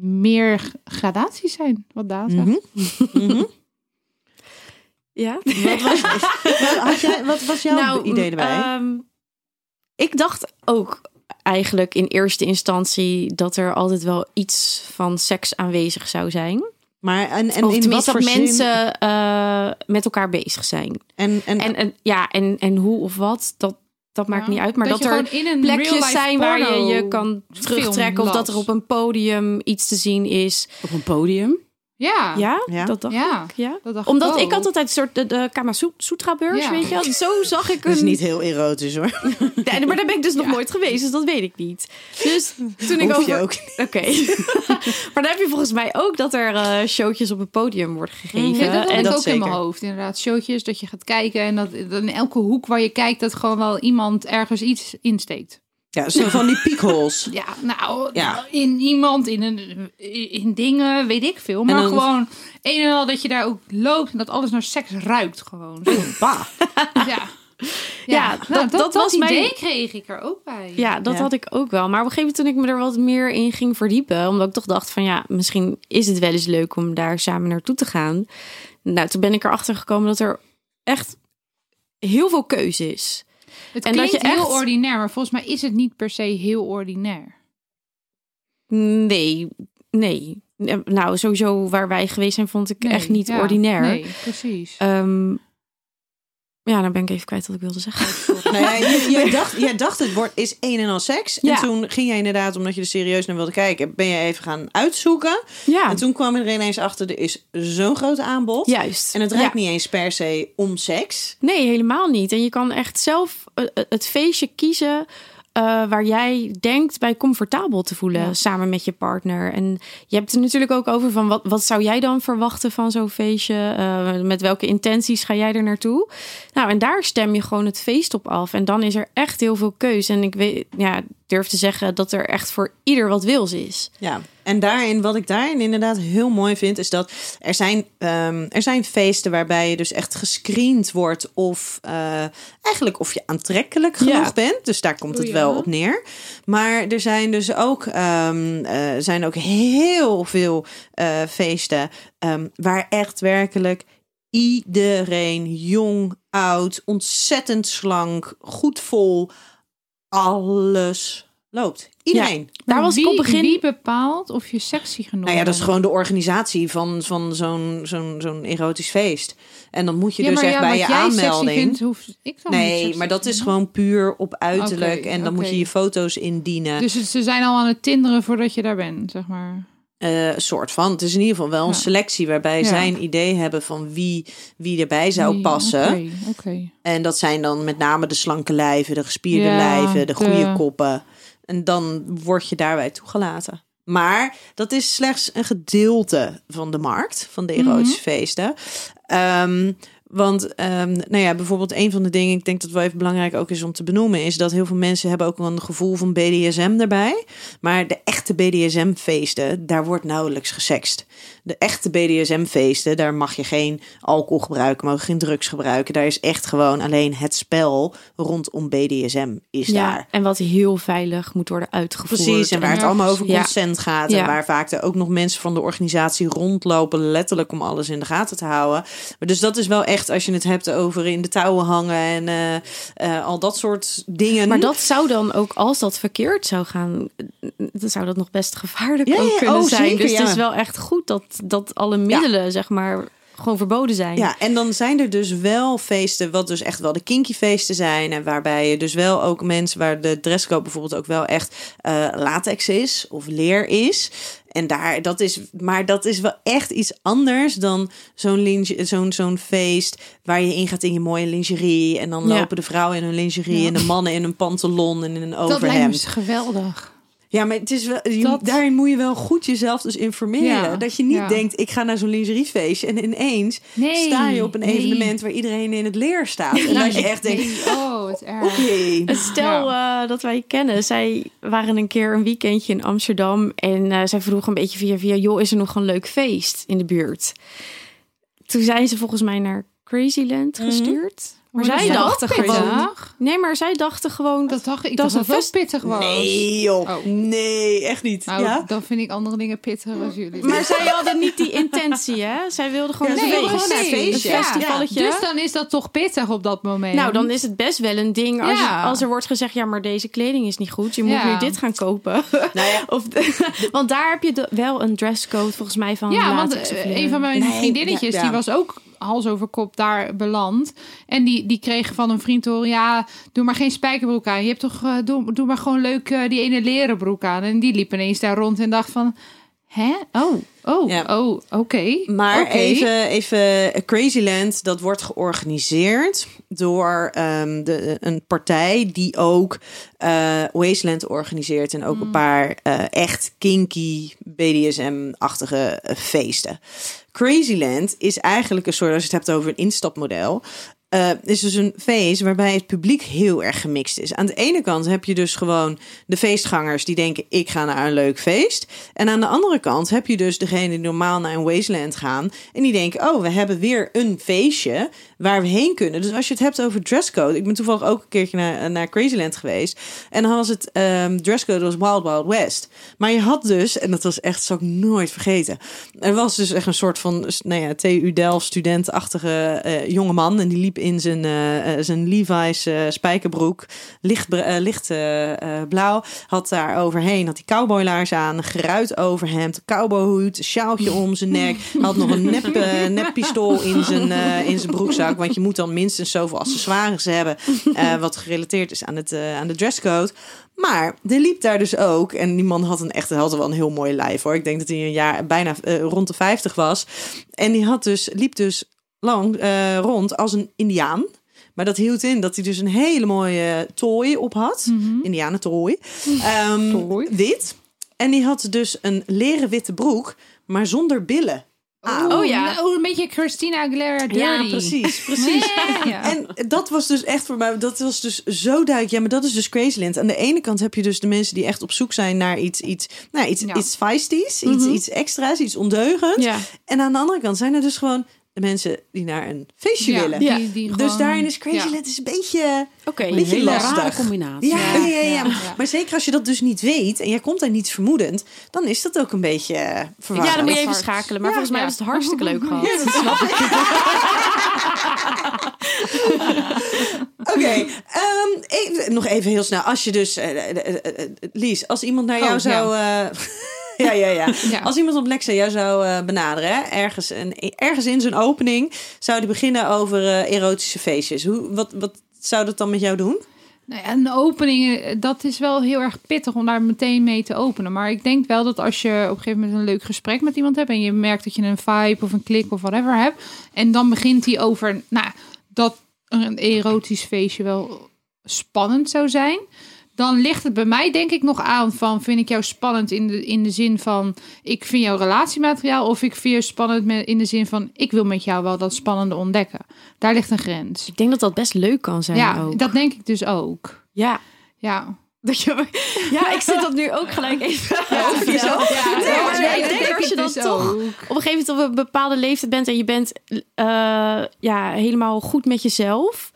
Speaker 6: meer gradaties zijn. Wat Daan zegt.
Speaker 5: Mhm. Mhm.
Speaker 7: Ja?
Speaker 5: Wat was, wat had jij, wat was jouw idee erbij?
Speaker 7: ehm,
Speaker 3: Nou, Ik dacht ook eigenlijk in eerste instantie dat er altijd wel iets van seks aanwezig zou zijn.
Speaker 5: maar en, en in
Speaker 3: of
Speaker 5: wat
Speaker 3: tenminste
Speaker 5: voor
Speaker 3: dat
Speaker 5: zin?
Speaker 3: mensen eh, met elkaar bezig zijn.
Speaker 5: en, en,
Speaker 3: En, en- ja, en, en hoe of wat, dat, dat maakt niet uit. Maar dat,
Speaker 6: je
Speaker 3: er
Speaker 6: gewoon in een
Speaker 3: plekjes
Speaker 6: real-life
Speaker 3: zijn waar je
Speaker 6: porno
Speaker 3: je kan
Speaker 6: film
Speaker 3: terugtrekken. Of
Speaker 6: las.
Speaker 3: dat er op een podium iets te zien is.
Speaker 8: Op een podium.
Speaker 6: Ja, ja.
Speaker 3: Ja,
Speaker 5: Ja.
Speaker 3: dat dacht
Speaker 6: Ja.
Speaker 3: ik. Ja.
Speaker 6: dat dacht
Speaker 3: Omdat ik
Speaker 6: ook.
Speaker 3: had altijd een soort de, de Kama Su- Sutra beurs,
Speaker 6: Ja.
Speaker 3: weet je wel. Zo zag ik
Speaker 5: dat is
Speaker 3: een...
Speaker 5: niet heel erotisch hoor.
Speaker 3: Nee, maar daar ben ik dus nog nooit geweest, dus dat weet ik niet. Dus toen ik
Speaker 5: Hoef je
Speaker 3: over...
Speaker 5: ook.
Speaker 3: Oké. maar dan heb je volgens mij ook dat er eh, showtjes op het podium worden gegeven.
Speaker 6: Ja, dat had
Speaker 3: en
Speaker 6: ik
Speaker 5: dat
Speaker 6: ook in mijn
Speaker 5: zeker.
Speaker 6: hoofd. Inderdaad, showtjes dat je gaat kijken en dat, dat in elke hoek waar je kijkt dat gewoon wel iemand ergens iets insteekt.
Speaker 5: Ja, zo van die piekhols.
Speaker 6: Ja, nou,
Speaker 5: Ja.
Speaker 6: in iemand, in, een, in dingen, weet ik veel. Maar
Speaker 5: dan-
Speaker 6: gewoon een en al dat je daar ook loopt en dat alles naar seks ruikt gewoon. Zo,
Speaker 5: Bah.
Speaker 6: ja. Ja,
Speaker 3: dat-
Speaker 6: nou, dat,
Speaker 3: dat was
Speaker 6: idee
Speaker 3: mijn-
Speaker 6: kreeg ik er ook bij.
Speaker 3: Ja, dat
Speaker 5: Ja.
Speaker 3: had ik ook wel. Maar op een gegeven moment toen ik me er wat meer in ging verdiepen, omdat ik toch dacht van ja, misschien is het wel eens leuk om daar samen naartoe te gaan. Nou, toen ben ik erachter gekomen dat er echt heel veel keuze is.
Speaker 6: Het
Speaker 3: En dat
Speaker 6: klinkt
Speaker 3: je echt-
Speaker 6: heel ordinair, maar volgens mij is het niet per se heel ordinair.
Speaker 3: Nee, nee. Nou, sowieso waar wij geweest zijn vond ik
Speaker 6: Nee,
Speaker 3: echt niet
Speaker 6: ja,
Speaker 3: ordinair.
Speaker 6: Nee, precies.
Speaker 3: Ehm, ja, dan ben ik even kwijt wat ik wilde zeggen.
Speaker 5: Nou ja, je, je dacht, jij dacht het wordt is een en al seks.
Speaker 3: Ja.
Speaker 5: En toen ging jij inderdaad, omdat je er serieus naar wilde kijken, ben je even gaan uitzoeken.
Speaker 3: Ja,
Speaker 5: En toen kwam je er ineens achter, er is zo'n groot aanbod.
Speaker 3: juist.
Speaker 5: En het draait
Speaker 3: Ja.
Speaker 5: niet eens per se om seks.
Speaker 3: Nee, helemaal niet. En je kan echt zelf eh, eh, het feestje kiezen eh, waar jij denkt bij comfortabel te voelen samen met je partner. En je hebt het natuurlijk ook over van wat, wat zou jij dan verwachten van zo'n feestje? Eh, met welke intenties ga jij er naartoe? Nou, en daar stem je gewoon het feest op af. En dan is er echt heel veel keus. En ik weet, ja, durf te zeggen dat er echt voor ieder wat wils is.
Speaker 5: Ja, en daarin, wat ik daarin inderdaad heel mooi vind, is dat er zijn, ehm, er zijn feesten waarbij je dus echt gescreend wordt of eh, eigenlijk of je aantrekkelijk genoeg
Speaker 3: Ja.
Speaker 5: bent. Dus daar komt het
Speaker 6: Oeh, ja.
Speaker 5: wel op neer. Maar er zijn dus ook, ehm, eh, zijn ook heel veel eh, feesten ehm, waar echt werkelijk iedereen, jong, oud, ontzettend slank, goed vol, alles loopt. Iedereen.
Speaker 3: Daar was
Speaker 6: wie,
Speaker 3: ik op begin.
Speaker 6: Wie bepaalt of je sexy genoeg
Speaker 5: Nou ja, dat is
Speaker 6: bent?
Speaker 5: gewoon de organisatie van, van zo'n zo'n zo'n erotisch feest. En dan moet je
Speaker 6: Ja,
Speaker 5: dus
Speaker 6: maar
Speaker 5: echt
Speaker 6: ja,
Speaker 5: bij
Speaker 6: wat
Speaker 5: je
Speaker 6: jij sexy
Speaker 5: aanmelding.
Speaker 6: vindt, hoef ik dan niet
Speaker 5: nee,
Speaker 6: sexy
Speaker 5: maar dat
Speaker 6: te
Speaker 5: is
Speaker 6: vinden.
Speaker 5: gewoon puur op uiterlijk.
Speaker 6: Oké,
Speaker 5: en dan moet
Speaker 6: oké.
Speaker 5: je je foto's indienen.
Speaker 6: Dus het- ze zijn al aan het tinderen voordat je daar bent, zeg maar.
Speaker 5: Eh, soort van. Het is in ieder geval wel een
Speaker 6: Ja.
Speaker 5: selectie waarbij
Speaker 6: Ja.
Speaker 5: zij een idee hebben van wie, wie erbij zou
Speaker 6: Nee,
Speaker 5: passen.
Speaker 6: Oké, oké.
Speaker 5: En dat zijn dan met name de slanke lijven, de gespierde
Speaker 6: Ja,
Speaker 5: lijven, de goede
Speaker 6: de-
Speaker 5: koppen. En dan word je daarbij toegelaten. Maar dat is slechts een gedeelte van de markt, van de erotische
Speaker 6: Mhm.
Speaker 5: feesten. Ehm, want, ehm, nou ja, bijvoorbeeld een van de dingen, ik denk dat wel even belangrijk ook is om te benoemen, is dat heel veel mensen hebben ook wel een gevoel van BDSM daarbij. Maar de echte BDSM-feesten, daar wordt nauwelijks gesext. De echte BDSM-feesten, daar mag je geen alcohol gebruiken, mag je geen drugs gebruiken. Daar is echt gewoon alleen het spel rondom BDSM is daar.
Speaker 3: Ja, en wat heel veilig moet worden uitgevoerd.
Speaker 5: Precies, en waar het allemaal over
Speaker 3: Ja.
Speaker 5: consent gaat. En
Speaker 3: Ja.
Speaker 5: waar vaak er ook nog mensen van de organisatie rondlopen, letterlijk om alles in de gaten te houden. Maar dus dat is wel echt, als je het hebt over in de touwen hangen en eh, eh, al dat soort dingen.
Speaker 3: Maar dat zou dan ook, als dat verkeerd zou gaan, eh, dan zou dat nog best gevaarlijk
Speaker 5: Ja,
Speaker 3: ook
Speaker 5: ja,
Speaker 3: kunnen
Speaker 5: oh,
Speaker 3: zijn.
Speaker 5: zeker,
Speaker 3: dus het
Speaker 5: ja.
Speaker 3: is wel echt goed dat, dat alle middelen, zeg maar, gewoon verboden zijn.
Speaker 5: Ja, en dan zijn er dus wel feesten, wat dus echt wel de kinky feesten zijn. En waarbij je dus wel ook mensen, waar de dresscode bijvoorbeeld ook wel echt eh, latex is of leer is. En daar, dat is, maar dat is wel echt iets anders dan zo'n linge- zo'n zo'n feest waar je in gaat in je mooie lingerie. En dan
Speaker 3: Ja.
Speaker 5: lopen de vrouwen in hun lingerie en de mannen in hun pantalon en in een
Speaker 6: Dat lijkt me
Speaker 5: overhemd.
Speaker 6: dus geweldig.
Speaker 5: Ja, maar het is wel, je-
Speaker 6: Dat-
Speaker 5: daarin moet je wel goed jezelf dus informeren.
Speaker 6: Ja,
Speaker 5: dat je niet
Speaker 6: ja.
Speaker 5: denkt, ik ga naar zo'n lingeriefeest en ineens
Speaker 6: Nee,
Speaker 5: sta je op een
Speaker 6: nee.
Speaker 5: evenement waar iedereen in het leer staat. En dat je echt denkt,
Speaker 6: Nou, Nee, oh, het erg.
Speaker 5: oké.
Speaker 3: Stel eh, dat wij kennen, zij waren een keer een weekendje in Amsterdam en eh, zij vroeg een beetje via via, joh, is er nog een leuk feest in de buurt? Toen zijn ze volgens mij naar
Speaker 5: Mhm.
Speaker 3: Crazyland gestuurd. Maar
Speaker 6: Oh, dat
Speaker 3: zij
Speaker 6: is ook
Speaker 3: dachten
Speaker 6: pittig.
Speaker 3: gewoon... Nee, maar zij dachten gewoon...
Speaker 6: Dat dacht
Speaker 3: Dat
Speaker 6: ik. Dat,
Speaker 3: is een
Speaker 6: dat het ook
Speaker 3: vest-
Speaker 6: pittig was.
Speaker 5: Nee, joh.
Speaker 6: Oh.
Speaker 5: Nee, echt niet.
Speaker 6: Nou,
Speaker 5: ja?
Speaker 6: dan vind ik andere dingen pittiger als jullie.
Speaker 3: Maar zij hadden niet die intentie, hè? Zij wilden gewoon
Speaker 5: Ja, ze
Speaker 3: een
Speaker 5: wilden
Speaker 3: feest.
Speaker 5: gewoon naar een feestje.
Speaker 3: Een festivalletje.
Speaker 6: Dus dan is dat toch pittig op dat moment.
Speaker 3: Nou, dan is het best wel een ding als,
Speaker 6: Ja.
Speaker 3: je- als er wordt gezegd... ja, maar deze kleding is niet goed. Je moet
Speaker 6: Ja.
Speaker 3: nu dit gaan kopen. of, want daar heb je de- wel een dresscode volgens mij
Speaker 5: Oh,
Speaker 3: van.
Speaker 6: Ja, want
Speaker 3: latex of
Speaker 6: eh,
Speaker 3: linnen.
Speaker 6: een van mijn
Speaker 5: Nee,
Speaker 6: vriendinnetjes,
Speaker 5: ja, ja.
Speaker 6: die was ook hals over kop daar beland. En die, die kreeg van een vriend te horen, ja, doe maar geen spijkerbroek aan. Je hebt toch, eh, doe, doe maar gewoon leuk eh, die ene leren broek aan. En die liep ineens daar rond en dacht van, hè? Oh, oh,
Speaker 5: Ja.
Speaker 6: oh, oké.
Speaker 5: Maar
Speaker 6: Oké.
Speaker 5: even, even eh, Crazyland, dat wordt georganiseerd door ehm, de, een partij die ook eh, Wasteland organiseert. En ook een paar eh, echt kinky BDSM-achtige eh, feesten. Crazyland is eigenlijk een soort, als je het hebt over een instapmodel. eh, is dus een feest waarbij het publiek heel erg gemixt is. Aan de ene kant heb je dus gewoon de feestgangers die denken: ik ga naar een leuk feest. En aan de andere kant heb je dus degene die normaal naar een wasteland gaan. En die denken: oh, we hebben weer een feestje waar we heen kunnen. Dus als je het hebt over dresscode. Ik ben toevallig ook een keertje naar, naar Crazyland geweest. En dan was het ehm, dresscode was Wild Wild West. Maar je had dus, en dat was echt, zal ik nooit vergeten. Er was dus echt een soort van, nou ja, TU Delft studentachtige eh jongeman. En die liep in zijn, eh, eh, zijn Levi's eh, spijkerbroek, licht, br- eh, licht eh, eh, blauw. Had daar overheen, had die cowboylaars aan, geruit overhemd, cowboyhoed, sjaaltje om zijn nek. Had nog een nep, eh, neppistool in zijn, eh, in zijn broekzak. Want je moet dan minstens zoveel accessoires hebben. eh, wat gerelateerd is aan, het, eh, aan de dresscode. Maar die liep daar dus ook. En die man had een echt had wel een heel mooi lijf hoor. Ik denk dat hij een jaar bijna eh, rond de 50 was. En die had dus, liep dus lang eh, rond als een indiaan. Maar dat hield in dat hij dus een hele mooie tooi op had. Indianentooi. Ehm,
Speaker 6: Mhm. Tooi.
Speaker 5: Wit. En die had dus een leren witte broek, maar zonder billen. aan.
Speaker 6: Oh ja. Oh, een beetje Christina Aguilera dirty.
Speaker 5: Ja, precies, precies.
Speaker 6: Nee, ja.
Speaker 5: En dat was dus echt voor mij, dat was dus zo duidelijk. Ja, maar dat is dus Crazyland. Aan de ene kant heb je dus de mensen die echt op zoek zijn naar iets, iets, nou, iets,
Speaker 6: Ja. Mhm.
Speaker 5: iets feisties, iets, iets extra's, iets ondeugends.
Speaker 3: Ja.
Speaker 5: En aan de andere kant zijn er dus gewoon de mensen die naar een feestje
Speaker 6: Ja,
Speaker 5: willen.
Speaker 6: die- die
Speaker 5: Dus
Speaker 6: gewoon-
Speaker 5: daarin is
Speaker 6: ja.
Speaker 5: Crazyland is een beetje,
Speaker 3: Oké.
Speaker 5: een beetje
Speaker 8: hele
Speaker 5: lastig.
Speaker 8: rare combinatie.
Speaker 5: Ja, ja, ja, ja.
Speaker 6: ja, ja.
Speaker 5: Maar zeker als je dat dus niet weet en jij komt daar niets vermoedend, dan is dat ook een beetje eh, verwarrend.
Speaker 3: Ja, dan moet je even
Speaker 6: Hard.
Speaker 3: schakelen. Maar
Speaker 5: Ja,
Speaker 3: volgens mij
Speaker 6: ja.
Speaker 3: was het hartstikke leuk gehad.
Speaker 5: Ja, dat snap ik. Oké, ehm, even- nog even heel snel. Als je dus, eh, eh, eh, eh, Lies, als iemand naar jou
Speaker 6: Oh,
Speaker 5: zou. eh, Ja. ja, ja,
Speaker 6: Ja.
Speaker 5: Als iemand op Lexa jou zou eh, benaderen, hè, ergens, een, ergens in zijn opening, zou die beginnen over eh, erotische feestjes. Hoe, wat, wat zou dat dan met jou doen?
Speaker 6: Nou ja, een opening, eh, dat is wel heel erg pittig om daar meteen mee te openen. Maar ik denk wel dat als je op een gegeven moment een leuk gesprek met iemand hebt... en je merkt dat je een vibe of een klik of whatever hebt... en dan begint hij over nou, dat een erotisch feestje wel spannend zou zijn... dan ligt het bij mij denk ik nog aan van... vind ik jou spannend in de, in de zin van... ik vind jou relatiemateriaal... of ik vind je spannend met, in de zin van... ik wil met jou wel dat spannende ontdekken. Daar ligt een grens.
Speaker 3: Ik denk dat dat best leuk kan zijn
Speaker 6: Ja,
Speaker 3: ook.
Speaker 6: dat denk ik dus ook.
Speaker 3: ja.
Speaker 6: Ja.
Speaker 3: Dat je, ja, ik zit dat nu ook gelijk even over die zo. Nee, maar ik denk als je dan toch op een gegeven moment op een bepaalde leeftijd bent en je bent eh, ja, helemaal goed met jezelf.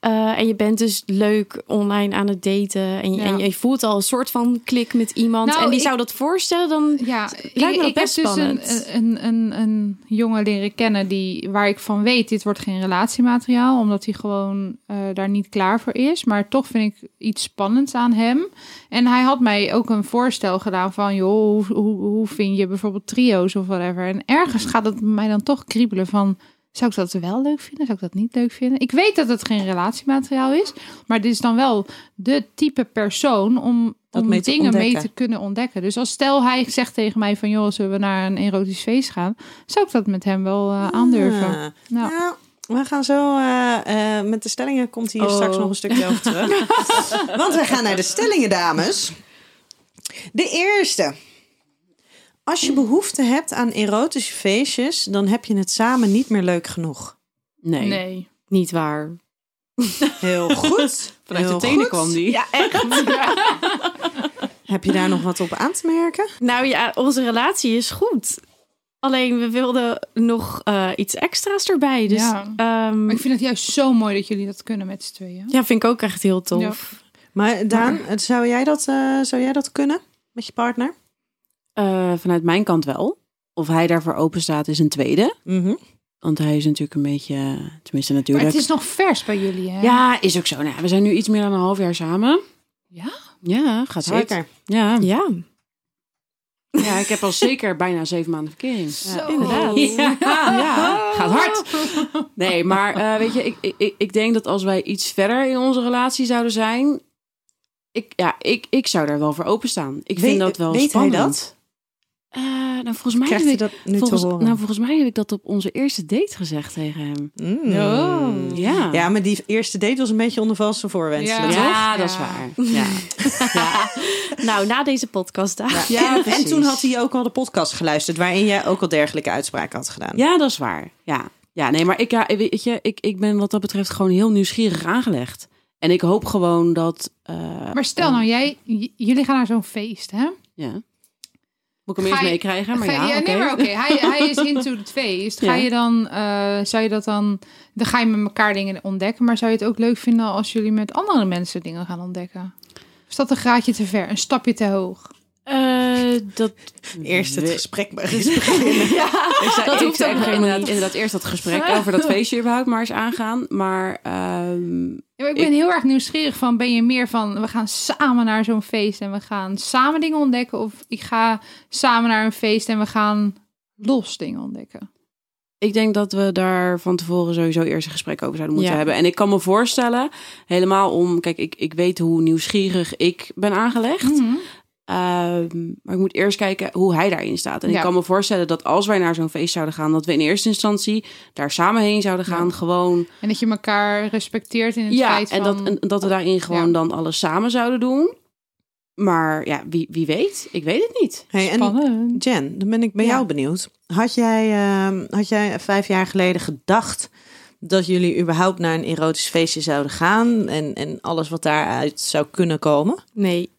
Speaker 3: Eh, en je bent dus leuk online aan het daten. En je,
Speaker 6: Ja.
Speaker 3: en je voelt al een soort van klik met iemand.
Speaker 6: Nou,
Speaker 3: en die
Speaker 6: ik-
Speaker 3: zou dat voorstellen, dan
Speaker 6: Ja,
Speaker 3: Lijkt
Speaker 6: ik,
Speaker 3: me dat
Speaker 6: ik heb
Speaker 3: best
Speaker 6: dus een,
Speaker 3: spannend.
Speaker 6: een, een, een jongen leren kennen die, waar ik van weet, dit wordt geen relatiemateriaal, omdat hij gewoon eh, daar niet klaar voor is. Maar toch vind ik iets spannends aan hem. En hij had mij ook een voorstel gedaan van, joh, hoe, hoe, hoe vind je bijvoorbeeld trio's of whatever. En ergens gaat het mij dan toch kriebelen van, zou ik dat wel leuk vinden? Zou ik dat niet leuk vinden? Ik weet dat het geen relatiemateriaal is, maar dit is dan wel de type persoon om,
Speaker 5: Dat
Speaker 6: om
Speaker 5: mee te
Speaker 6: dingen mee
Speaker 5: ontdekken.
Speaker 6: te kunnen ontdekken. Dus als stel hij zegt tegen mij van joh, zullen we naar een erotisch feest gaan? Zou ik dat met hem wel eh, aandurven?
Speaker 5: Ah.
Speaker 6: Nou.
Speaker 5: Nou, we gaan zo eh, eh, met de stellingen. Komt hier
Speaker 8: Oh.
Speaker 5: straks nog een stukje over terug. Want we gaan naar de stellingen, dames. De eerste. Als je behoefte hebt aan erotische feestjes, dan heb je het samen niet meer leuk genoeg.
Speaker 8: Nee,
Speaker 6: Nee.
Speaker 8: niet waar.
Speaker 5: Heel goed.
Speaker 8: Vanuit
Speaker 5: Heel
Speaker 8: de tenen
Speaker 5: goed.
Speaker 8: kwam die.
Speaker 5: Heb je daar nog wat op aan te merken?
Speaker 3: Nou ja, onze relatie is goed. Alleen we wilden nog eh, iets extra's erbij. Dus
Speaker 6: Ja.
Speaker 3: ja.
Speaker 6: Maar ik vind het juist zo mooi dat jullie dat kunnen met z'n tweeën.
Speaker 3: ja, vind ik ook echt heel tof.
Speaker 5: Maar Daan, het- zou jij dat, eh, zou jij dat kunnen met je partner?
Speaker 8: Eh, vanuit mijn kant wel. Of hij daarvoor open staat is een tweede. Want hij is natuurlijk een beetje, tenminste
Speaker 6: Maar
Speaker 8: natuurlijk.
Speaker 6: het is nog vers bij jullie, hè?
Speaker 8: Ja, is ook zo. Nou, we zijn nu iets meer dan een half jaar samen.
Speaker 6: Ja?
Speaker 8: Ja, gaat hard.
Speaker 5: Zeker.
Speaker 8: Ja.
Speaker 3: Ja.
Speaker 8: ja, ik heb al zeker bijna zeven maanden verkering.
Speaker 3: Oh.
Speaker 6: Zo.
Speaker 3: inderdaad.
Speaker 8: Ja, ja, gaat hard. Nee, maar eh, weet je, ik, ik- ik, ik denk dat als wij iets verder in onze relatie zouden zijn, ik, ja, ik, ik zou daar wel voor openstaan. Ik
Speaker 5: Weet-
Speaker 8: vind dat wel
Speaker 5: weet hij
Speaker 8: spannend.
Speaker 5: dat?
Speaker 8: Eh, nou, volgens mij,
Speaker 5: Krijgt
Speaker 8: heb
Speaker 5: hij
Speaker 8: ik,
Speaker 5: dat nu
Speaker 8: volgens,
Speaker 5: te horen?
Speaker 8: nou, volgens mij heb ik dat op onze eerste date gezegd tegen hem.
Speaker 5: Mm.
Speaker 8: oh. Ja,
Speaker 5: Ja, maar die eerste date was een beetje onder valse voorwensen.
Speaker 6: Ja.
Speaker 5: toch?
Speaker 8: Ja, dat is
Speaker 6: Ja.
Speaker 8: waar. Ja.
Speaker 3: Nou, na deze podcast daar.
Speaker 8: Ja,
Speaker 5: en, en
Speaker 8: precies.
Speaker 5: toen had hij ook al de podcast geluisterd, waarin jij ook al dergelijke uitspraken had gedaan.
Speaker 8: Ja, dat is waar. Ja, ja nee, maar ik, ja, weet je, ik, ik ben wat dat betreft gewoon heel nieuwsgierig aangelegd. En ik hoop gewoon dat. eh,
Speaker 6: Maar stel nou, jij, j- jullie gaan naar zo'n feest, hè?
Speaker 8: ja. Moet ik hem
Speaker 6: Ga
Speaker 8: eerst
Speaker 6: je-
Speaker 8: meekrijgen? Maar
Speaker 6: Ga je-
Speaker 8: ja,
Speaker 6: nee,
Speaker 8: oké.
Speaker 6: maar oké. Hij, hij is into het feest. Ga
Speaker 8: Ja.
Speaker 6: je dan, eh, zou je dat dan, dan ga je met elkaar dingen ontdekken. Maar zou je het ook leuk vinden als jullie met andere mensen dingen gaan ontdekken? Is dat een graadje te ver, een stapje te hoog?
Speaker 8: Eh, dat
Speaker 5: Eerst het
Speaker 8: we-
Speaker 5: gesprek
Speaker 8: Ik zei-
Speaker 3: Dat
Speaker 8: ik
Speaker 3: hoeft
Speaker 8: zei
Speaker 3: ook helemaal
Speaker 8: inderdaad,
Speaker 3: niet.
Speaker 8: inderdaad eerst dat gesprek over dat feestje überhaupt maar eens aangaan. Maar ehm,
Speaker 6: Ja, maar ik ben heel erg nieuwsgierig van, ben je meer van, we gaan samen naar zo'n feest en we gaan samen dingen ontdekken? Of ik ga samen naar een feest en we gaan los dingen ontdekken?
Speaker 8: Ik denk dat we daar van tevoren sowieso eerst een gesprek over zouden moeten
Speaker 3: Ja.
Speaker 8: hebben. En ik kan me voorstellen, helemaal om... Kijk, ik, ik weet hoe nieuwsgierig ik ben aangelegd.
Speaker 3: Mm.
Speaker 8: Ehm, maar ik moet eerst kijken hoe hij daarin staat. En
Speaker 6: Ja.
Speaker 8: ik kan me voorstellen dat als wij naar zo'n feest zouden gaan... dat we in eerste instantie daar samen heen zouden gaan. Gewoon,
Speaker 6: En dat je elkaar respecteert in het
Speaker 8: ja,
Speaker 6: feit
Speaker 8: en,
Speaker 6: van...
Speaker 8: dat, en dat we daarin gewoon
Speaker 6: Ja.
Speaker 8: dan alles samen zouden doen. Maar ja, wie, wie weet? Ik weet het niet.
Speaker 5: Hey, en
Speaker 6: Spannend.
Speaker 5: Jen, dan ben ik bij
Speaker 6: Ja.
Speaker 5: jou benieuwd. Had jij, ehm, had jij vijf jaar geleden gedacht dat jullie überhaupt naar een erotisch feestje zouden gaan en, en alles wat daaruit zou kunnen komen?
Speaker 3: Nee.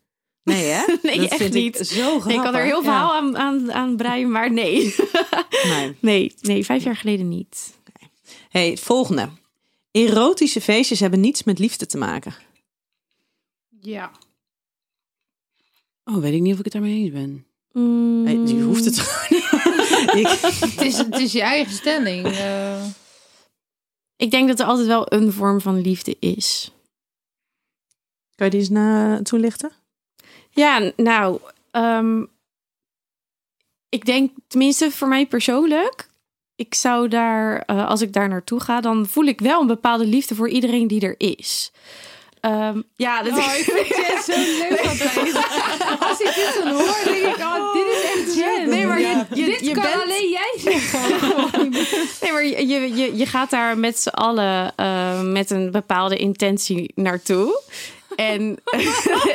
Speaker 5: Nee, hè?
Speaker 3: Nee,
Speaker 5: dat
Speaker 3: echt
Speaker 5: vind
Speaker 3: niet.
Speaker 5: Ik zo grappig.
Speaker 3: Ik had er heel verhaal aan, aan, aan breien, maar nee.
Speaker 5: Ja, nee.
Speaker 3: Nee, nee, vijf jaar geleden niet.
Speaker 5: Hey, het volgende. Erotische feestjes hebben niets met liefde te maken.
Speaker 6: Ja.
Speaker 8: Oh, weet ik niet of ik het daarmee eens ben.
Speaker 3: Mm.
Speaker 8: Mm.
Speaker 5: Nee, je hoeft het gewoon niet. Ik-
Speaker 6: Het is, het is je eigen stelling. eh.
Speaker 3: Ik denk dat er altijd wel een vorm van liefde is.
Speaker 5: Kan je die eens na toelichten?
Speaker 3: Ja, nou, ehm, ik denk, tenminste voor mij persoonlijk, ik zou daar, eh, als ik daar naartoe ga, dan voel ik wel een bepaalde liefde voor iedereen die er is. Ehm, ja, dat
Speaker 6: Oh, ik vind Jen zo leuk altijd. Als ik dit dan hoor, denk ik, oh, dit is echt Jen.
Speaker 3: Nee, maar je- je-
Speaker 6: dit
Speaker 3: je
Speaker 6: kan
Speaker 3: bent-
Speaker 6: alleen jij zeggen.
Speaker 3: Nee, maar je, je, je, je gaat daar met z'n allen eh, met een bepaalde intentie naartoe. En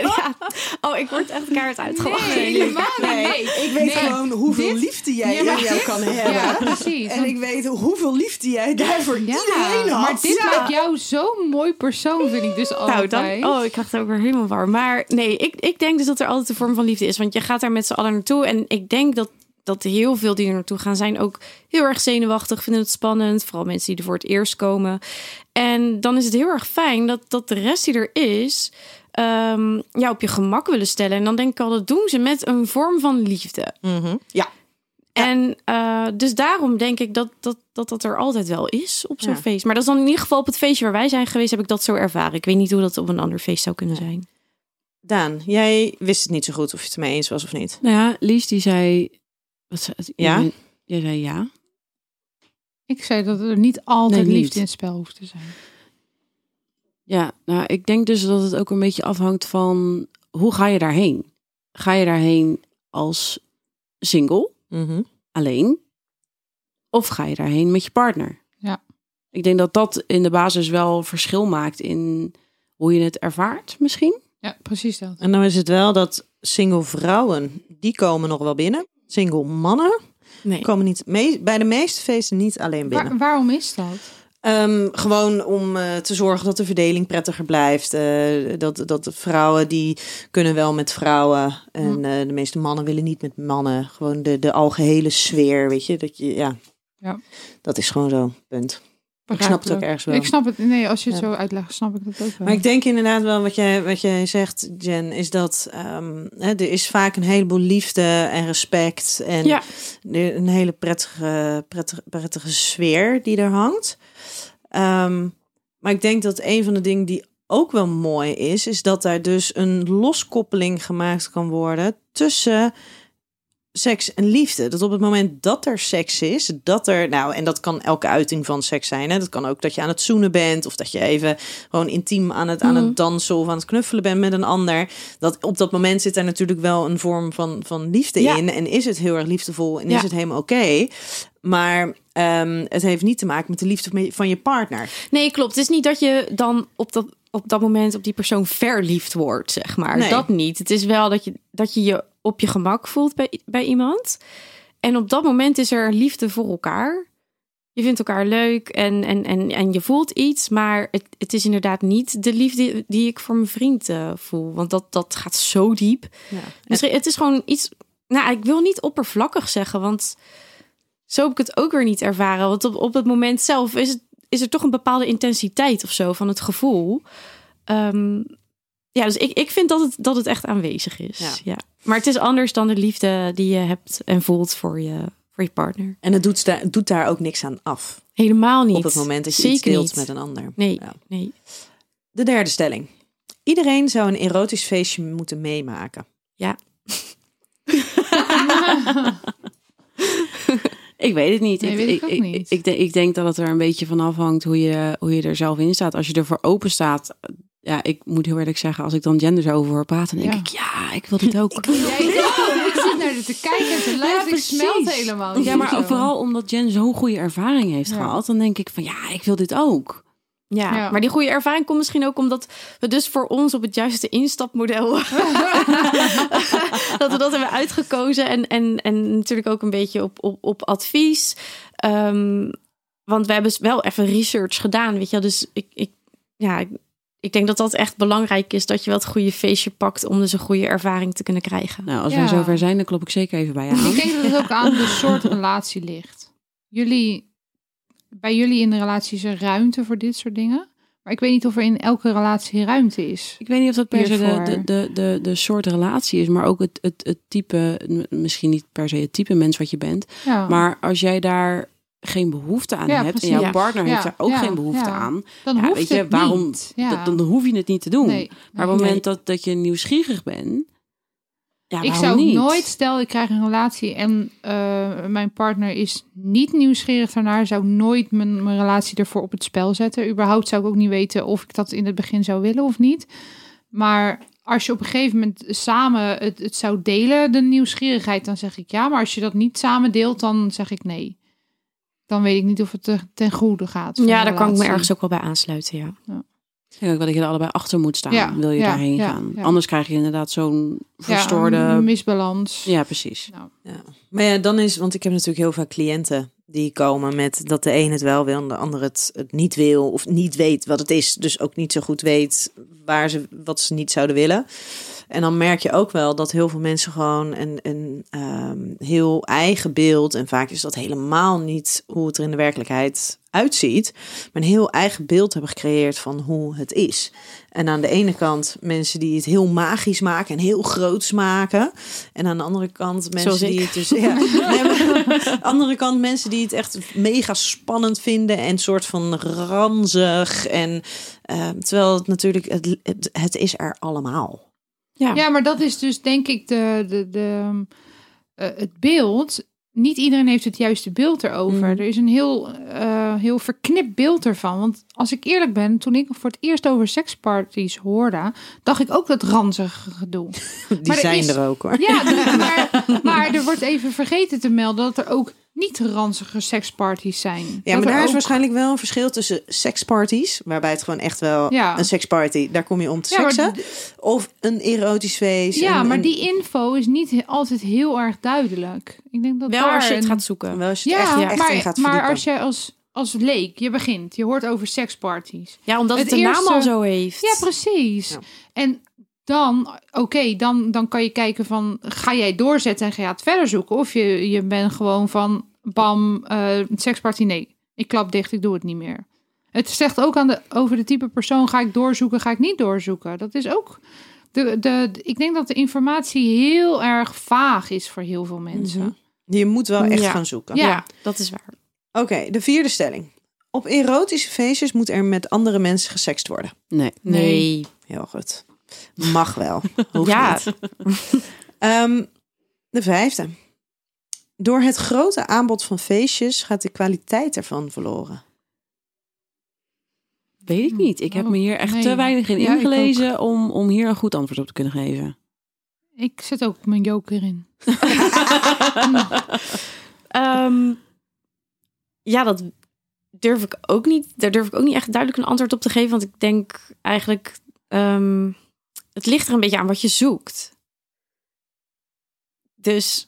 Speaker 3: ja. oh, ik word echt kaart uitgelachen.
Speaker 6: Nee, helemaal niet. Nee,
Speaker 5: Ik weet
Speaker 6: Nee.
Speaker 5: gewoon hoeveel
Speaker 6: Dit-
Speaker 5: liefde jij
Speaker 6: Ja, maar
Speaker 5: in jou
Speaker 6: dit-
Speaker 5: kan hebben.
Speaker 6: Ja, precies.
Speaker 5: En ik weet hoeveel liefde jij daarvoor iedereen had.
Speaker 6: maar dit maakt jou zo'n mooi persoon, vind ik dus
Speaker 3: Nou,
Speaker 6: altijd.
Speaker 3: dan, oh, ik krijg het ook weer helemaal warm. Maar nee, ik, ik denk dus dat er altijd een vorm van liefde is. Want je gaat daar met z'n allen naartoe. En ik denk dat, dat heel veel die er naartoe gaan zijn ook heel erg zenuwachtig. Vinden het spannend. Vooral mensen die er voor het eerst komen. En dan is het heel erg fijn dat, dat de rest die er is... ehm, ja, op je gemak willen stellen. En dan denk ik al, dat doen ze met een vorm van liefde.
Speaker 5: Ja.
Speaker 3: En eh, dus daarom denk ik dat dat, dat dat er altijd wel is op zo'n
Speaker 5: Ja.
Speaker 3: feest. Maar dat is dan in ieder geval op het feestje waar wij zijn geweest, heb ik dat zo ervaren. Ik weet niet hoe dat op een ander feest zou kunnen zijn.
Speaker 5: Daan, jij wist het niet zo goed of je het ermee eens was of niet.
Speaker 8: Nou ja, Lies die zei... Wat zei
Speaker 5: Ja?
Speaker 8: Jij, jij zei ja.
Speaker 6: Ik zei dat er niet altijd
Speaker 8: Nee, niet.
Speaker 6: liefde in het spel hoeft te zijn.
Speaker 8: Ja, nou, ik denk dus dat het ook een beetje afhangt van hoe ga je daarheen? Ga je daarheen als single,
Speaker 5: Mhm.
Speaker 8: alleen? Of ga je daarheen met je partner?
Speaker 6: Ja.
Speaker 8: Ik denk dat dat in de basis wel verschil maakt in hoe je het ervaart, misschien.
Speaker 6: Ja, precies dat.
Speaker 5: En dan is het wel dat single vrouwen, die komen nog wel binnen. Single mannen
Speaker 3: Nee.
Speaker 5: komen niet mee, bij de meeste feesten niet alleen binnen.
Speaker 6: Waar- waarom is dat?
Speaker 5: Ehm, gewoon om eh, te zorgen dat de verdeling prettiger blijft. eh, dat, dat de vrouwen die kunnen wel met vrouwen. En eh, de meeste mannen willen niet met mannen. Gewoon de, de algehele sfeer, weet je. Dat, je ja.
Speaker 6: Ja.
Speaker 5: dat is gewoon zo, punt. Ik snap het ook ergens wel.
Speaker 6: Ik snap het. Nee, als je het
Speaker 5: Ja.
Speaker 6: zo uitlegt, snap ik dat ook wel.
Speaker 5: Maar ik denk inderdaad wel wat jij, wat jij zegt, Jen, is dat ehm, hè, er is vaak een heleboel liefde en respect en
Speaker 7: Ja.
Speaker 5: de- een hele prettige, prettige, prettige sfeer die er hangt. Ehm, maar ik denk dat een van de dingen die ook wel mooi is, is dat daar dus een loskoppeling gemaakt kan worden tussen seks en liefde. Dat op het moment dat er seks is, dat er, nou, en dat kan elke uiting van seks zijn. Hè? Dat kan ook dat je aan het zoenen bent of dat je even gewoon intiem aan het, aan
Speaker 3: Mhm.
Speaker 5: het dansen of aan het knuffelen bent met een ander. Dat op dat moment zit daar natuurlijk wel een vorm van, van liefde
Speaker 7: Ja.
Speaker 5: in. En is het heel erg liefdevol en
Speaker 7: Ja.
Speaker 5: is het helemaal oké. Maar ehm, het heeft niet te maken met de liefde van je partner.
Speaker 3: Nee, klopt. Het is niet dat je dan op dat, op dat moment op die persoon verliefd wordt, zeg maar.
Speaker 5: Nee.
Speaker 3: Dat niet. Het is wel dat je dat je, je op je gemak voelt bij, bij iemand. En op dat moment is er liefde voor elkaar. Je vindt elkaar leuk en, en, en, en je voelt iets, maar het, het is inderdaad niet de liefde die ik voor mijn vriend eh, voel. Want dat, dat gaat zo diep. Misschien, Dus het is gewoon iets. Nou, ik wil niet oppervlakkig zeggen, want zo heb ik het ook weer niet ervaren. Want op, op het moment zelf is, het, is er toch een bepaalde intensiteit of zo van het gevoel. Ehm, ja, dus ik, ik vind dat het, dat het echt aanwezig is.
Speaker 5: Ja.
Speaker 3: Ja. Maar het is anders dan de liefde die je hebt en voelt voor je, voor je partner.
Speaker 5: En het doet, sta- het doet daar ook niks aan af.
Speaker 3: Helemaal niet.
Speaker 5: Op het moment dat je
Speaker 3: Zeker
Speaker 5: iets deelt
Speaker 3: niet.
Speaker 5: met een ander.
Speaker 3: Nee,
Speaker 5: Ja.
Speaker 3: nee.
Speaker 5: De derde stelling. Iedereen zou een erotisch feestje moeten meemaken.
Speaker 8: Ik weet het niet.
Speaker 6: Nee,
Speaker 8: ik,
Speaker 6: weet ik ook
Speaker 8: ik,
Speaker 6: niet.
Speaker 8: Ik, denk, ik denk dat het er een beetje van afhangt hoe je, hoe je er zelf in staat. Als je ervoor open staat. Ja, ik moet heel eerlijk zeggen, als ik dan genders over hoor praten, dan denk
Speaker 6: Ja.
Speaker 8: ik, ja, ik wil dit ook.
Speaker 6: Jij ik zit naar dit te kijken en te luisteren. ik smelt helemaal.
Speaker 8: Ja, maar ook
Speaker 6: overal.
Speaker 8: vooral omdat Jen zo'n goede ervaring heeft
Speaker 6: Ja.
Speaker 8: gehad, dan denk ik van ja, ik wil dit ook.
Speaker 3: Ja,
Speaker 6: Ja.
Speaker 3: maar die goede ervaring komt misschien ook omdat we dus voor ons op het juiste instapmodel. dat we dat hebben uitgekozen. En, en, en natuurlijk ook een beetje op, op, op advies. Ehm, want we hebben wel even research gedaan, weet je wel. Dus ik, ik, ja, ik, ik denk dat dat echt belangrijk is. Dat je wel het goede feestje pakt om dus een goede ervaring te kunnen krijgen.
Speaker 8: Nou, als
Speaker 6: Ja.
Speaker 8: wij zover zijn, dan klop ik zeker even bij je aan.
Speaker 6: Ik denk dat het ook aan de soort relatie ligt. Jullie, bij jullie in de relatie is er ruimte voor dit soort dingen. Maar ik weet niet of er in elke relatie ruimte is.
Speaker 8: Ik weet niet of dat per se de,
Speaker 6: Hiervoor.
Speaker 8: de, de, de, de soort relatie is, maar ook het, het, het type, m- misschien niet per se het type mens wat je bent.
Speaker 6: Ja,
Speaker 8: Maar als jij daar geen behoefte aan
Speaker 6: Oh. Ja,
Speaker 8: hebt
Speaker 6: precies.
Speaker 8: en jouw
Speaker 6: Ja.
Speaker 8: partner heeft
Speaker 6: Ja,
Speaker 8: daar ook
Speaker 6: ja,
Speaker 8: geen behoefte
Speaker 6: ja.
Speaker 8: aan,
Speaker 6: dan
Speaker 8: ja,
Speaker 6: hoeft
Speaker 8: weet je,
Speaker 6: het
Speaker 8: waarom,
Speaker 6: niet. Ja.
Speaker 8: dat- dan hoef je het niet te doen.
Speaker 6: Nee.
Speaker 8: Maar op het moment dat, dat je nieuwsgierig bent, ja,
Speaker 6: ik
Speaker 8: waarom
Speaker 6: zou
Speaker 8: niet?
Speaker 6: nooit, stel ik krijg een relatie en eh, mijn partner is niet nieuwsgierig daarnaar, zou ik nooit mijn, mijn relatie ervoor op het spel zetten. Überhaupt zou ik ook niet weten of ik dat in het begin zou willen of niet. Maar als je op een gegeven moment samen het, het zou delen, de nieuwsgierigheid, dan zeg ik ja. Maar als je dat niet samen deelt, dan zeg ik nee. Dan weet ik niet of het te- ten goede gaat. voor
Speaker 3: Ja,
Speaker 6: de
Speaker 3: daar kan ik me
Speaker 6: relatie.
Speaker 3: ergens ook wel bij aansluiten, ja.
Speaker 8: Ik denk ook wel dat je er allebei achter moet staan.
Speaker 6: Ja,
Speaker 8: Wil je
Speaker 6: ja,
Speaker 8: daarheen
Speaker 6: ja,
Speaker 8: gaan?
Speaker 6: ja.
Speaker 8: Anders krijg je inderdaad zo'n
Speaker 6: Ja,
Speaker 8: verstoorde. Ja,
Speaker 6: een misbalans.
Speaker 8: precies.
Speaker 5: Maar ja, dan is, want ik heb natuurlijk heel vaak cliënten die komen met dat de een het wel wil en de ander het, het niet wil of niet weet wat het is. Dus ook niet zo goed weet waar ze, wat ze niet zouden willen. En dan merk je ook wel dat heel veel mensen gewoon een, een ehm, heel eigen beeld, en vaak is dat helemaal niet hoe het er in de werkelijkheid uitziet, maar een heel eigen beeld hebben gecreëerd van hoe het is. En aan de ene kant mensen die het heel magisch maken en heel groots maken. En aan de andere kant mensen
Speaker 3: Zoals ik.
Speaker 5: die het dus. Ja, nee, maar aan de andere kant mensen die het echt mega spannend vinden en soort van ranzig. En eh, terwijl het natuurlijk, het, het, het is er allemaal.
Speaker 6: Ja, maar dat is dus denk ik de, de, de, ehm, eh, het beeld. Niet iedereen heeft het juiste beeld erover.
Speaker 5: Mm.
Speaker 6: Er is een heel, eh, heel verknipt beeld ervan. Want als ik eerlijk ben, toen ik voor het eerst over seksparties hoorde, dacht ik ook dat ranzige gedoe.
Speaker 5: Die
Speaker 6: Maar er
Speaker 5: zijn
Speaker 6: is-
Speaker 5: er ook hoor.
Speaker 6: Ja, dus- maar, maar er wordt even vergeten te melden dat er ook niet ranzige seksparties zijn.
Speaker 5: Ja, maar daar is waarschijnlijk wel een verschil tussen seksparties, waarbij het gewoon echt wel
Speaker 6: Ja.
Speaker 5: een seksparty, daar kom je om te
Speaker 6: Ja, maar
Speaker 5: seksen, of een erotisch feest.
Speaker 6: Ja,
Speaker 5: en-
Speaker 6: maar
Speaker 5: en-
Speaker 6: die info is niet altijd heel erg duidelijk. Ik denk dat
Speaker 3: Wel
Speaker 6: daar
Speaker 3: als je het
Speaker 6: een-
Speaker 3: gaat zoeken.
Speaker 5: wel als je het echt, echt
Speaker 6: maar,
Speaker 5: in gaat
Speaker 6: maar
Speaker 5: verdiepen.
Speaker 6: als jij als als leek. Je begint, je hoort over seksparties.
Speaker 3: Ja, omdat
Speaker 6: Het
Speaker 3: het, de naam
Speaker 6: eerste-
Speaker 3: al zo heeft.
Speaker 6: Ja, precies.
Speaker 9: Ja.
Speaker 6: En dan, oké, dan, dan kan je kijken van, ga jij doorzetten en ga je het verder zoeken? Of je, je bent gewoon van, bam, eh seksparty, nee. Ik klap dicht, ik doe het niet meer. Het zegt ook aan de, over de type persoon, ga ik doorzoeken, ga ik niet doorzoeken? Dat is ook... De, de, de- ik denk dat de informatie heel erg vaag is voor heel veel mensen.
Speaker 5: Mhm. Je moet wel echt
Speaker 3: Ja.
Speaker 5: gaan zoeken.
Speaker 6: Ja.
Speaker 3: Dat is waar.
Speaker 5: Oké, de vierde stelling. Op erotische feestjes moet er met andere mensen gesext worden.
Speaker 8: Nee.
Speaker 3: Nee.
Speaker 5: Heel goed. Mag wel. Hoeft
Speaker 3: Ja.
Speaker 5: niet. Ehm, de vijfde. Door het grote aanbod van feestjes gaat de kwaliteit ervan verloren.
Speaker 8: Weet ik niet. Ik heb me hier echt
Speaker 6: Nee.
Speaker 8: te weinig in
Speaker 6: Ja, ik
Speaker 8: ingelezen om, om hier een goed antwoord op te kunnen geven.
Speaker 6: Ik zet ook mijn joker in.
Speaker 3: Ehm, ja, dat durf ik ook niet. Daar durf ik ook niet echt duidelijk een antwoord op te geven. Want ik denk eigenlijk. ehm, het ligt er een beetje aan wat je zoekt. Dus.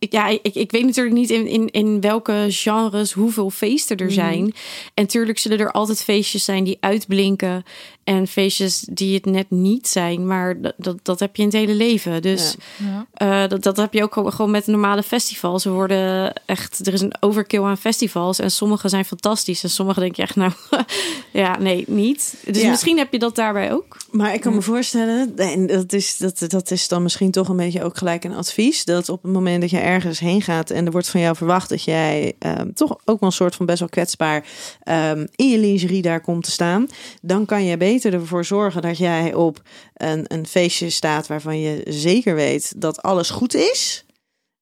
Speaker 3: Ik, ja, ik, ik weet natuurlijk niet in, in, in welke genres hoeveel feesten er zijn. En tuurlijk zullen er altijd feestjes zijn die uitblinken. En feestjes die het net niet zijn. Maar dat, dat, dat heb je in het hele leven. Dus
Speaker 6: Ja.
Speaker 3: eh, dat, dat heb je ook gewoon- gewoon met normale festivals. Er worden echt, er is een overkill aan festivals. En sommige zijn fantastisch. En sommige denk je echt, nou ja, nee, niet. Dus
Speaker 5: Ja.
Speaker 3: misschien heb je dat daarbij ook.
Speaker 5: Maar ik kan me voorstellen, en dat is, dat, dat is dan misschien toch een beetje ook gelijk een advies, dat op het moment dat je ergens heen gaat en er wordt van jou verwacht dat jij ehm, toch ook wel een soort van best wel kwetsbaar ehm, in je lingerie daar komt te staan, dan kan je beter ervoor zorgen dat jij op een, een feestje staat waarvan je zeker weet dat alles goed is.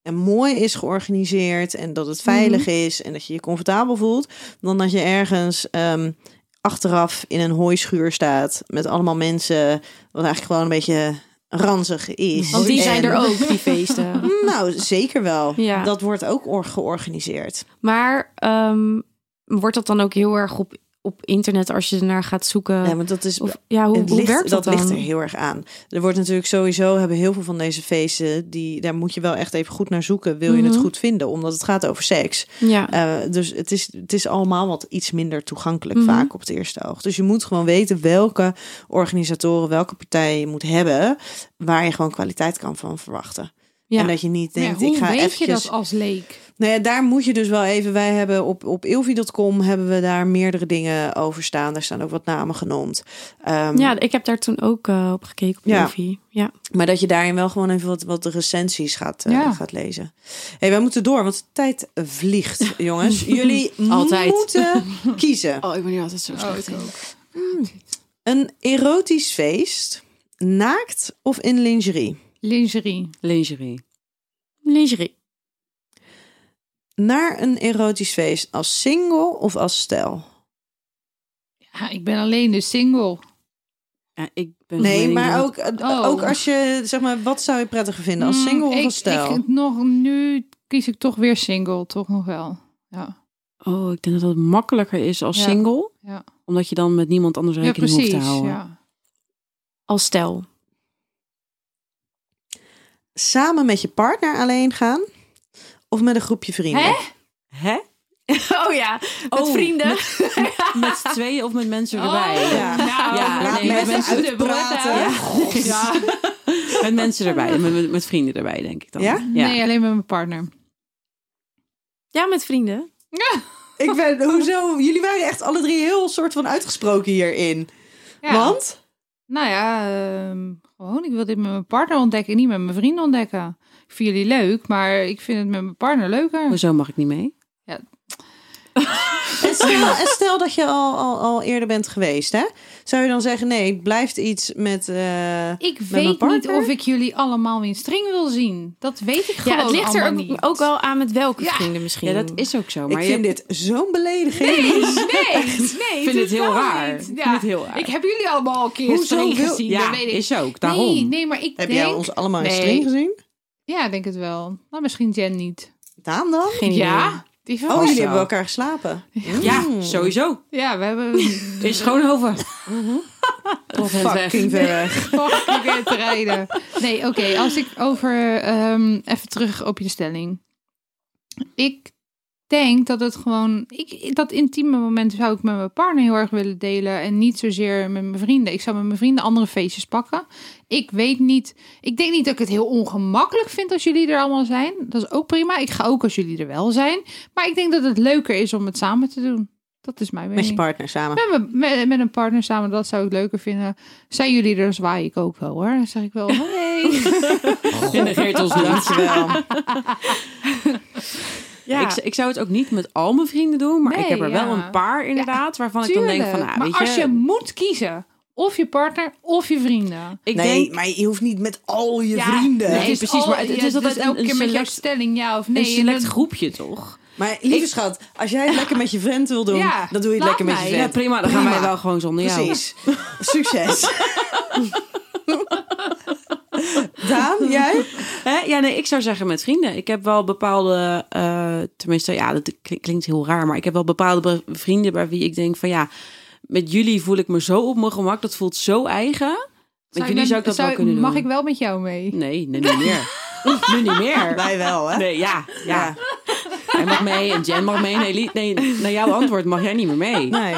Speaker 5: En mooi is georganiseerd en dat het veilig
Speaker 3: Mhm.
Speaker 5: is en dat je je comfortabel voelt, dan dat je ergens ehm, achteraf in een hooischuur staat met allemaal mensen, wat eigenlijk gewoon een beetje ranzig is.
Speaker 3: Want die zijn
Speaker 5: En-
Speaker 3: er ook, die feesten.
Speaker 5: Nou, zeker wel.
Speaker 3: Ja.
Speaker 5: Dat wordt ook or- georganiseerd.
Speaker 3: Maar ehm, wordt dat dan ook heel erg op, op internet als je ernaar gaat zoeken?
Speaker 5: Ja, Eh, want dat is
Speaker 3: Of ja, hoe,
Speaker 5: het
Speaker 3: hoe
Speaker 5: ligt-
Speaker 3: werkt dat, dan?
Speaker 5: ligt er heel erg aan. Er wordt natuurlijk sowieso, hebben heel veel van deze feesten, die, daar moet je wel echt even goed naar zoeken. Wil je het
Speaker 3: Mhm.
Speaker 5: goed vinden? Omdat het gaat over seks.
Speaker 3: Ja.
Speaker 5: Eh, dus het is, het is allemaal wat iets minder toegankelijk
Speaker 3: Mhm.
Speaker 5: vaak op het eerste oog. Dus je moet gewoon weten welke organisatoren, welke partijen je moet hebben, waar je gewoon kwaliteit kan van verwachten.
Speaker 3: Ja.
Speaker 5: En dat je niet
Speaker 6: Maar ja,
Speaker 5: denkt,
Speaker 6: hoe
Speaker 5: ik ga
Speaker 6: weet
Speaker 5: eventjes...
Speaker 6: je dat als leek?
Speaker 5: Nou ja, daar moet je dus wel even. Wij hebben op, op ilvi.com hebben we daar meerdere dingen over staan. Daar staan ook wat namen genoemd. Ehm,
Speaker 3: ja, ik heb daar toen ook eh, op gekeken op
Speaker 5: Ja.
Speaker 3: Ilvi. Ja.
Speaker 5: Maar dat je daarin wel gewoon even wat, wat recensies gaat, eh,
Speaker 6: Ja.
Speaker 5: gaat lezen. hey, wij moeten door, want de tijd vliegt, jongens. Jullie
Speaker 8: Altijd.
Speaker 5: moeten kiezen.
Speaker 8: Oh, ik ben hier altijd zo slecht in.
Speaker 5: Een erotisch feest, naakt of in lingerie?
Speaker 6: Lingerie.
Speaker 8: Lingerie.
Speaker 3: Lingerie.
Speaker 5: Naar een erotisch feest als single of als stel?
Speaker 6: Ja, ik ben alleen dus single.
Speaker 8: Ja, ik ben van
Speaker 5: Nee,
Speaker 8: mening
Speaker 5: maar
Speaker 8: dat-
Speaker 5: ook, eh,
Speaker 6: Oh.
Speaker 5: ook als je, zeg maar, wat zou je prettiger vinden? Als
Speaker 6: Mm,
Speaker 5: single of
Speaker 6: ik-
Speaker 5: als stel?
Speaker 6: Ik, nog, nu kies ik toch weer single, toch nog wel. Ja,
Speaker 8: Oh, ik denk dat het makkelijker is als
Speaker 6: Ja.
Speaker 8: single.
Speaker 6: Ja.
Speaker 8: Omdat je dan met niemand anders
Speaker 6: ja
Speaker 8: rekening hoeft te
Speaker 6: precies.
Speaker 8: houden.
Speaker 6: Ja.
Speaker 3: Als stel.
Speaker 5: samen met je partner alleen gaan of met een groepje vrienden?
Speaker 3: Hè?
Speaker 8: Hè?
Speaker 3: Oh ja, met
Speaker 8: Oh,
Speaker 3: vrienden.
Speaker 8: Met z'n tweeën of met
Speaker 6: Oh,
Speaker 8: mensen erbij?
Speaker 5: Ja.
Speaker 6: Nou,
Speaker 8: Ja,
Speaker 5: Laat
Speaker 8: nee,
Speaker 5: mensen
Speaker 8: mensen
Speaker 5: uitpraten.
Speaker 8: Ja. Met mensen erbij, met, met, met vrienden erbij, denk ik dan.
Speaker 5: Ja?
Speaker 6: Nee, alleen met mijn partner.
Speaker 3: Ja, met vrienden.
Speaker 5: Ik ben, hoezo? Jullie waren echt alle drie heel soort van uitgesproken hierin.
Speaker 6: Ja.
Speaker 5: Want?
Speaker 6: Nou ja, ehm, gewoon. Ik wil dit met mijn partner ontdekken en niet met mijn vrienden ontdekken. Ik vind jullie leuk, maar ik vind het met mijn partner leuker.
Speaker 8: Hoezo mag ik niet mee?
Speaker 5: En stel, en stel dat je al, al, al eerder bent geweest, hè? Zou je dan zeggen, nee, het blijft iets met... eh,
Speaker 6: Ik
Speaker 5: mijn
Speaker 6: weet niet
Speaker 5: partner?
Speaker 6: of ik jullie allemaal in string wil zien. Dat weet ik gewoon
Speaker 3: Ja, het ligt er
Speaker 6: allemaal
Speaker 3: ook,
Speaker 6: niet.
Speaker 3: ook wel aan met welke
Speaker 6: Ja.
Speaker 3: vrienden misschien.
Speaker 8: Ja, dat is ook zo.
Speaker 5: ik
Speaker 8: Maar
Speaker 5: vind
Speaker 8: je
Speaker 5: dit zo'n belediging.
Speaker 6: Nee, nee.
Speaker 8: vindt het heel
Speaker 6: totaal
Speaker 8: raar.
Speaker 6: niet.
Speaker 8: Ik
Speaker 6: Ja.
Speaker 8: vind het heel raar.
Speaker 6: Ik heb jullie allemaal al een keer in
Speaker 5: Hoezo
Speaker 6: string
Speaker 5: wil-
Speaker 6: gezien.
Speaker 8: ja,
Speaker 6: dat weet ik.
Speaker 8: is ook. Daarom.
Speaker 6: Nee, nee, maar ik
Speaker 5: Heb
Speaker 6: denk...
Speaker 5: jij ons allemaal in
Speaker 6: Nee.
Speaker 5: string gezien?
Speaker 6: Ja, denk het wel. Nou, misschien Jen niet.
Speaker 5: Daan dan?
Speaker 3: Geen idee.
Speaker 6: Ja? Die van-
Speaker 5: Oh, jullie
Speaker 8: zo.
Speaker 5: hebben bij elkaar geslapen. Mm,
Speaker 6: Mm.
Speaker 8: Ja, sowieso.
Speaker 6: Ja, we hebben
Speaker 8: Het is Schoonhoven.
Speaker 6: Mhm.
Speaker 8: Of het weg.
Speaker 5: Fucking ver weg.
Speaker 6: fucking weer te rijden. Nee, oké. als ik over... ehm, even terug op je stelling. Ik denk dat het gewoon. Ik, dat intieme moment zou ik met mijn partner heel erg willen delen. En niet zozeer met mijn vrienden. Ik zou met mijn vrienden andere feestjes pakken. Ik weet niet. Ik denk niet dat ik het heel ongemakkelijk vind als jullie er allemaal zijn. Dat is ook prima. Ik ga ook als jullie er wel zijn. Maar ik denk dat het leuker is om het samen te doen. Dat is mijn
Speaker 5: Met je
Speaker 6: mening.
Speaker 5: partner samen.
Speaker 6: Met, mijn- met, met een partner samen, dat zou ik leuker vinden. Zijn jullie er, zwaai ik ook wel hoor. Dan zeg ik wel, hey.
Speaker 8: Je negeert ons niet.
Speaker 5: Dankjewel.
Speaker 10: Ja.
Speaker 8: Ik, ik zou het ook niet met al mijn vrienden doen, maar ik
Speaker 6: Nee,
Speaker 8: heb er wel
Speaker 6: ja.
Speaker 8: een paar inderdaad, waarvan ik dan denk van,
Speaker 6: Tuurlijk,
Speaker 8: nou,
Speaker 6: maar
Speaker 8: weet
Speaker 6: als je moet kiezen, of je partner of je vrienden.
Speaker 8: ik
Speaker 5: nee,
Speaker 8: denk,
Speaker 5: maar je hoeft niet met al je vrienden.
Speaker 8: nee, precies, maar het- het is altijd
Speaker 6: elke
Speaker 8: een- een
Speaker 6: keer met jouw
Speaker 8: select-
Speaker 6: stelling ja of nee.
Speaker 8: een select
Speaker 6: en dan-
Speaker 8: groepje toch?
Speaker 5: Maar lieve schat, als jij het lekker met je vriend wil doen,
Speaker 6: Ja,
Speaker 5: dan doe je het
Speaker 6: laat
Speaker 5: lekker met je
Speaker 6: mij.
Speaker 5: vriend.
Speaker 8: Ja, prima, dan gaan
Speaker 5: Dus, eh, Prima.
Speaker 8: wij wel gewoon zonder jou.
Speaker 5: Precies. Succes. Daan, jij?
Speaker 8: Hè? Ja, nee, ik zou zeggen met vrienden. Ik heb wel bepaalde, eh, tenminste, ja, dat kli- klinkt heel raar, maar ik heb wel bepaalde be- vrienden bij wie ik denk van, ja, met jullie voel ik me zo op mijn gemak, dat voelt zo eigen. Met
Speaker 6: zou je
Speaker 8: jullie
Speaker 6: dan-
Speaker 8: zou ik dat
Speaker 6: zou-
Speaker 8: wel kunnen doen.
Speaker 6: Mag ik wel met jou mee?
Speaker 8: Nee, nee, niet meer. nu niet meer.
Speaker 5: Wij wel, hè?
Speaker 8: Nee, ja, ja. Hij mag mee en Jen mag mee. Nee, Liet, nee, naar jouw antwoord mag jij niet meer mee.
Speaker 5: Nee.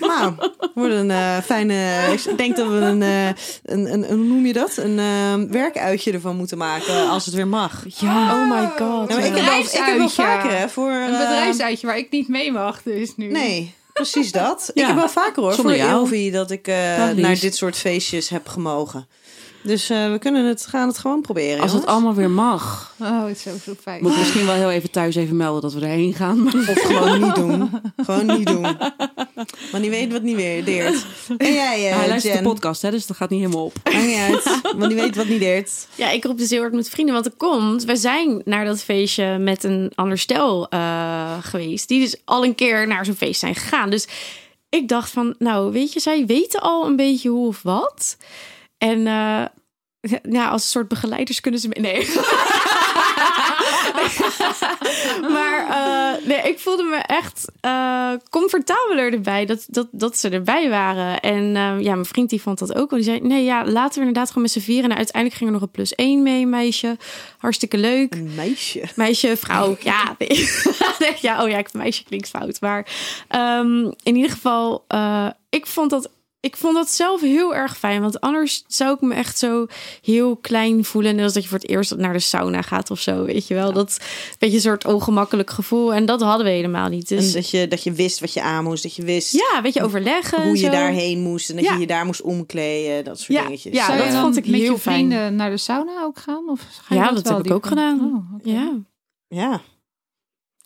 Speaker 5: Nou, wordt een eh, fijne. Ik denk dat we een, eh, een, een, een- hoe noem je dat? Een eh, werkuitje ervan moeten maken als het weer mag.
Speaker 8: Ja.
Speaker 10: Oh my god.
Speaker 5: Nou, maar ik, heb wel, ik heb wel
Speaker 6: bedrijfsuitje.
Speaker 5: vaker hè, voor.
Speaker 6: Een
Speaker 5: eh,
Speaker 6: bedrijfsuitje waar ik niet mee mag dus nu.
Speaker 5: nee, precies dat.
Speaker 8: Ja.
Speaker 5: Ik heb wel vaker hoor
Speaker 8: Zonder
Speaker 5: voor
Speaker 8: jou.
Speaker 5: Ilvi dat ik eh,
Speaker 8: Dag, Lies.
Speaker 5: naar dit soort feestjes heb gemogen. Dus eh, we kunnen het, gaan het gewoon proberen.
Speaker 8: Als het
Speaker 5: jongens.
Speaker 8: allemaal weer mag,
Speaker 6: Oh, het is zo, zo fijn.
Speaker 8: moet ik misschien wel heel even thuis even melden dat we erheen gaan. Maar
Speaker 5: Of gewoon niet doen. Gewoon niet doen. Want die weet wat niet weer deert. En jij, eh
Speaker 8: Ah, hij luistert
Speaker 5: Jen.
Speaker 8: de podcast, hè, dus dat gaat niet helemaal op.
Speaker 5: Maakt niet uit. Want die weet wat niet deert.
Speaker 3: Ja, ik roep dus heel hard met vrienden, want er komt. We zijn naar dat feestje met een ander stel eh, geweest. Die dus al een keer naar zo'n feest zijn gegaan. Dus ik dacht van, nou weet je, zij weten al een beetje hoe of wat. En eh, ja, als een soort begeleiders kunnen ze me... Nee. maar eh, nee, ik voelde me echt eh, comfortabeler erbij dat, dat, dat ze erbij waren. En eh, ja, mijn vriend die vond dat ook wel. Die zei, nee ja, laten we inderdaad gewoon met z'n vieren. En uiteindelijk ging er nog een plus één mee, een meisje. Hartstikke leuk.
Speaker 5: Een meisje.
Speaker 3: Meisje, vrouw, ja. nee. ja, oh ja, ik meisje klinkt fout. Maar ehm, in ieder geval, eh, ik vond dat. Ik vond dat zelf heel erg fijn, want anders zou ik me echt zo heel klein voelen. Net als dat je voor het eerst naar de sauna gaat of zo, weet je wel. Dat beetje een soort ongemakkelijk gevoel. En dat hadden we helemaal niet.
Speaker 5: En
Speaker 3: Dus
Speaker 5: dat je, dat je wist wat je aan moest. Dat je wist
Speaker 3: ja, een beetje overleggen. en
Speaker 5: hoe je
Speaker 3: zo.
Speaker 5: daarheen moest. En dat
Speaker 3: Ja.
Speaker 5: je je daar moest omkleden. Dat soort
Speaker 3: Ja,
Speaker 5: dingetjes.
Speaker 3: ja,
Speaker 6: Zou
Speaker 3: dat
Speaker 6: je dan
Speaker 3: vond ik
Speaker 6: met
Speaker 3: heel
Speaker 6: je vrienden naar de sauna ook gaan? Of ga je
Speaker 3: Ja,
Speaker 6: dat,
Speaker 3: dat
Speaker 6: wel
Speaker 3: heb ik
Speaker 6: die
Speaker 3: ook
Speaker 6: kant?
Speaker 3: gedaan.
Speaker 6: Oh, oké.
Speaker 3: Ja,
Speaker 5: Ja,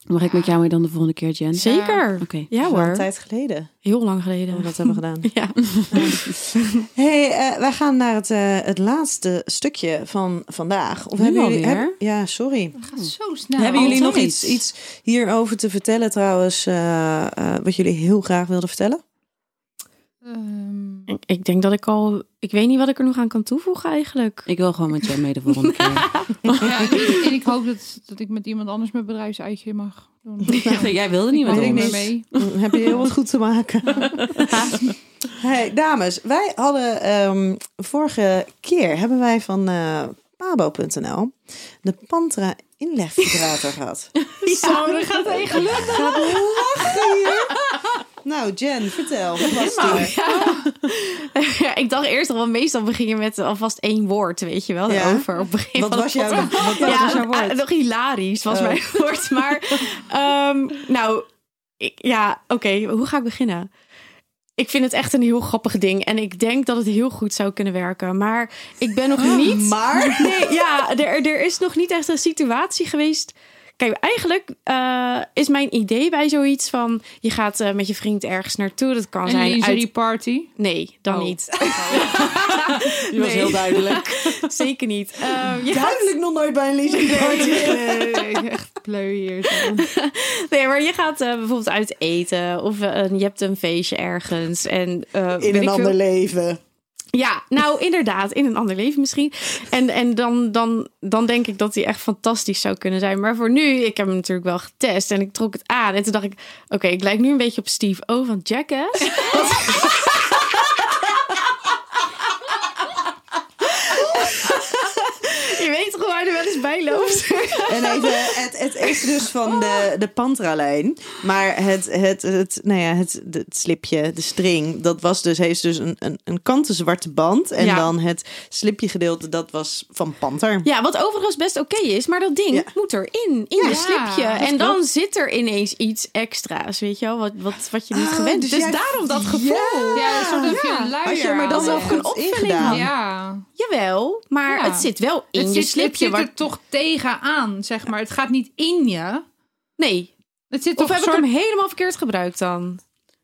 Speaker 8: Mag ik met jou mee dan de volgende keer, Jen?
Speaker 3: zeker.
Speaker 8: Oké.
Speaker 3: Ja
Speaker 5: wel een
Speaker 3: hoor,
Speaker 5: tijd geleden.
Speaker 3: heel lang
Speaker 5: Dat
Speaker 3: geleden.
Speaker 5: we dat hebben gedaan.
Speaker 3: Ja.
Speaker 5: hey, eh, wij gaan naar het, eh, het laatste stukje van vandaag. Of
Speaker 8: Nu
Speaker 5: hebben jullie,
Speaker 8: alweer?
Speaker 5: heb- ja, sorry.
Speaker 6: Het gaat zo snel.
Speaker 5: Hebben jullie nog
Speaker 8: altijd.
Speaker 5: iets, iets hierover te vertellen trouwens? eh, eh, wat jullie heel graag wilden vertellen?
Speaker 6: Ehm,
Speaker 3: Ik- Ik denk dat ik al. Ik weet niet wat ik er nog aan kan toevoegen eigenlijk.
Speaker 8: Ik wil gewoon met Jen mee de volgende keer.
Speaker 6: Nou ja, en ik- en ik hoop dat, dat ik met iemand anders mijn bedrijfsuitje mag doen.
Speaker 8: Nee, jij wilde niet
Speaker 6: Ik
Speaker 8: met
Speaker 5: Weet ik
Speaker 6: doe
Speaker 8: ons.
Speaker 5: niet.
Speaker 6: mee.
Speaker 5: Dan Mm, heb je heel wat goed te maken. hey, dames, wij hadden ehm, vorige keer hebben wij van eh, pabo.nl de Pantra inlegvibrator gehad.
Speaker 6: Zo, dat gaat echt gelukkig.
Speaker 5: Gaat lachen hier. Nou, Jen, vertel. Wat was die?
Speaker 3: Ja, ik dacht eerst al, want meestal begin je met alvast één woord, weet je wel,
Speaker 5: Ja.
Speaker 3: over op het begin
Speaker 5: Wat
Speaker 3: van de
Speaker 5: was jouw, wat, wat
Speaker 3: ja,
Speaker 5: was jouw
Speaker 3: eh,
Speaker 5: woord?
Speaker 3: nog hilarisch was
Speaker 5: Oh.
Speaker 3: mijn woord. Maar ehm, nou, ik, ja, oké, hoe ga ik beginnen? Ik vind het echt een heel grappig ding. En ik denk dat het heel goed zou kunnen werken. Maar ik ben nog niet...
Speaker 5: Maar?
Speaker 3: Nee, ja, er, er is nog niet echt een situatie geweest. Kijk, eigenlijk eh, is mijn idee bij zoiets van... Je gaat eh, met je vriend ergens naartoe. Dat kan
Speaker 6: Een
Speaker 3: zijn uit...
Speaker 6: lingerie party.
Speaker 3: Nee, dan
Speaker 6: Oh.
Speaker 3: niet.
Speaker 8: Die was
Speaker 3: Nee.
Speaker 8: heel duidelijk.
Speaker 3: Zeker niet. Ehm, je gaat-
Speaker 5: Duidelijk nog nooit bij een leasing party.
Speaker 6: echt pleu hier. zo.
Speaker 3: nee, maar je gaat eh, bijvoorbeeld uit eten of eh, je hebt een feestje ergens. En, eh, weet ik
Speaker 5: In een
Speaker 3: veel.
Speaker 5: ander leven.
Speaker 3: Ja, nou inderdaad, in een ander leven misschien. En, en dan, dan, dan denk ik dat die echt fantastisch zou kunnen zijn. Maar voor nu, ik heb hem natuurlijk wel getest en ik trok het aan. En toen dacht ik, oké, ik lijk nu een beetje op Steve O van Jackass. Want- Je weet toch waar hij er wel eens bij
Speaker 11: hoofd.
Speaker 5: En even, het, het is dus van de, de Pantra-lijn. Maar het, het, het, nou ja, het, het slipje, de string, dat was dus, heeft dus een, een, een kanten zwarte band. En
Speaker 6: Ja.
Speaker 5: dan het slipje gedeelte, dat was van Panter.
Speaker 3: Ja, wat overigens best oké is, maar dat ding
Speaker 5: Ja.
Speaker 3: moet erin, in je
Speaker 6: Ja,
Speaker 3: slipje.
Speaker 6: dat
Speaker 3: En dan zit er ineens iets extra's, weet je wel, wat, wat, wat je niet gewend
Speaker 5: dus
Speaker 3: bent. Dus
Speaker 5: jij-
Speaker 3: daarom dat gevoel.
Speaker 6: Ja, een soort van veel luier.
Speaker 5: Als je er maar dan
Speaker 6: aan.
Speaker 5: nog een opvulling
Speaker 6: Ja.
Speaker 5: had.
Speaker 6: Ja.
Speaker 3: Jawel, maar
Speaker 6: Ja.
Speaker 3: het zit wel in
Speaker 6: het
Speaker 3: je
Speaker 6: zit, het
Speaker 3: slipje.
Speaker 6: zit
Speaker 3: Waar...
Speaker 6: er toch tegenaan, zeg maar. Het gaat niet in je.
Speaker 3: Nee,
Speaker 6: Het zit
Speaker 3: of
Speaker 6: toch
Speaker 3: heb
Speaker 6: een soort...
Speaker 3: ik hem helemaal verkeerd gebruikt dan?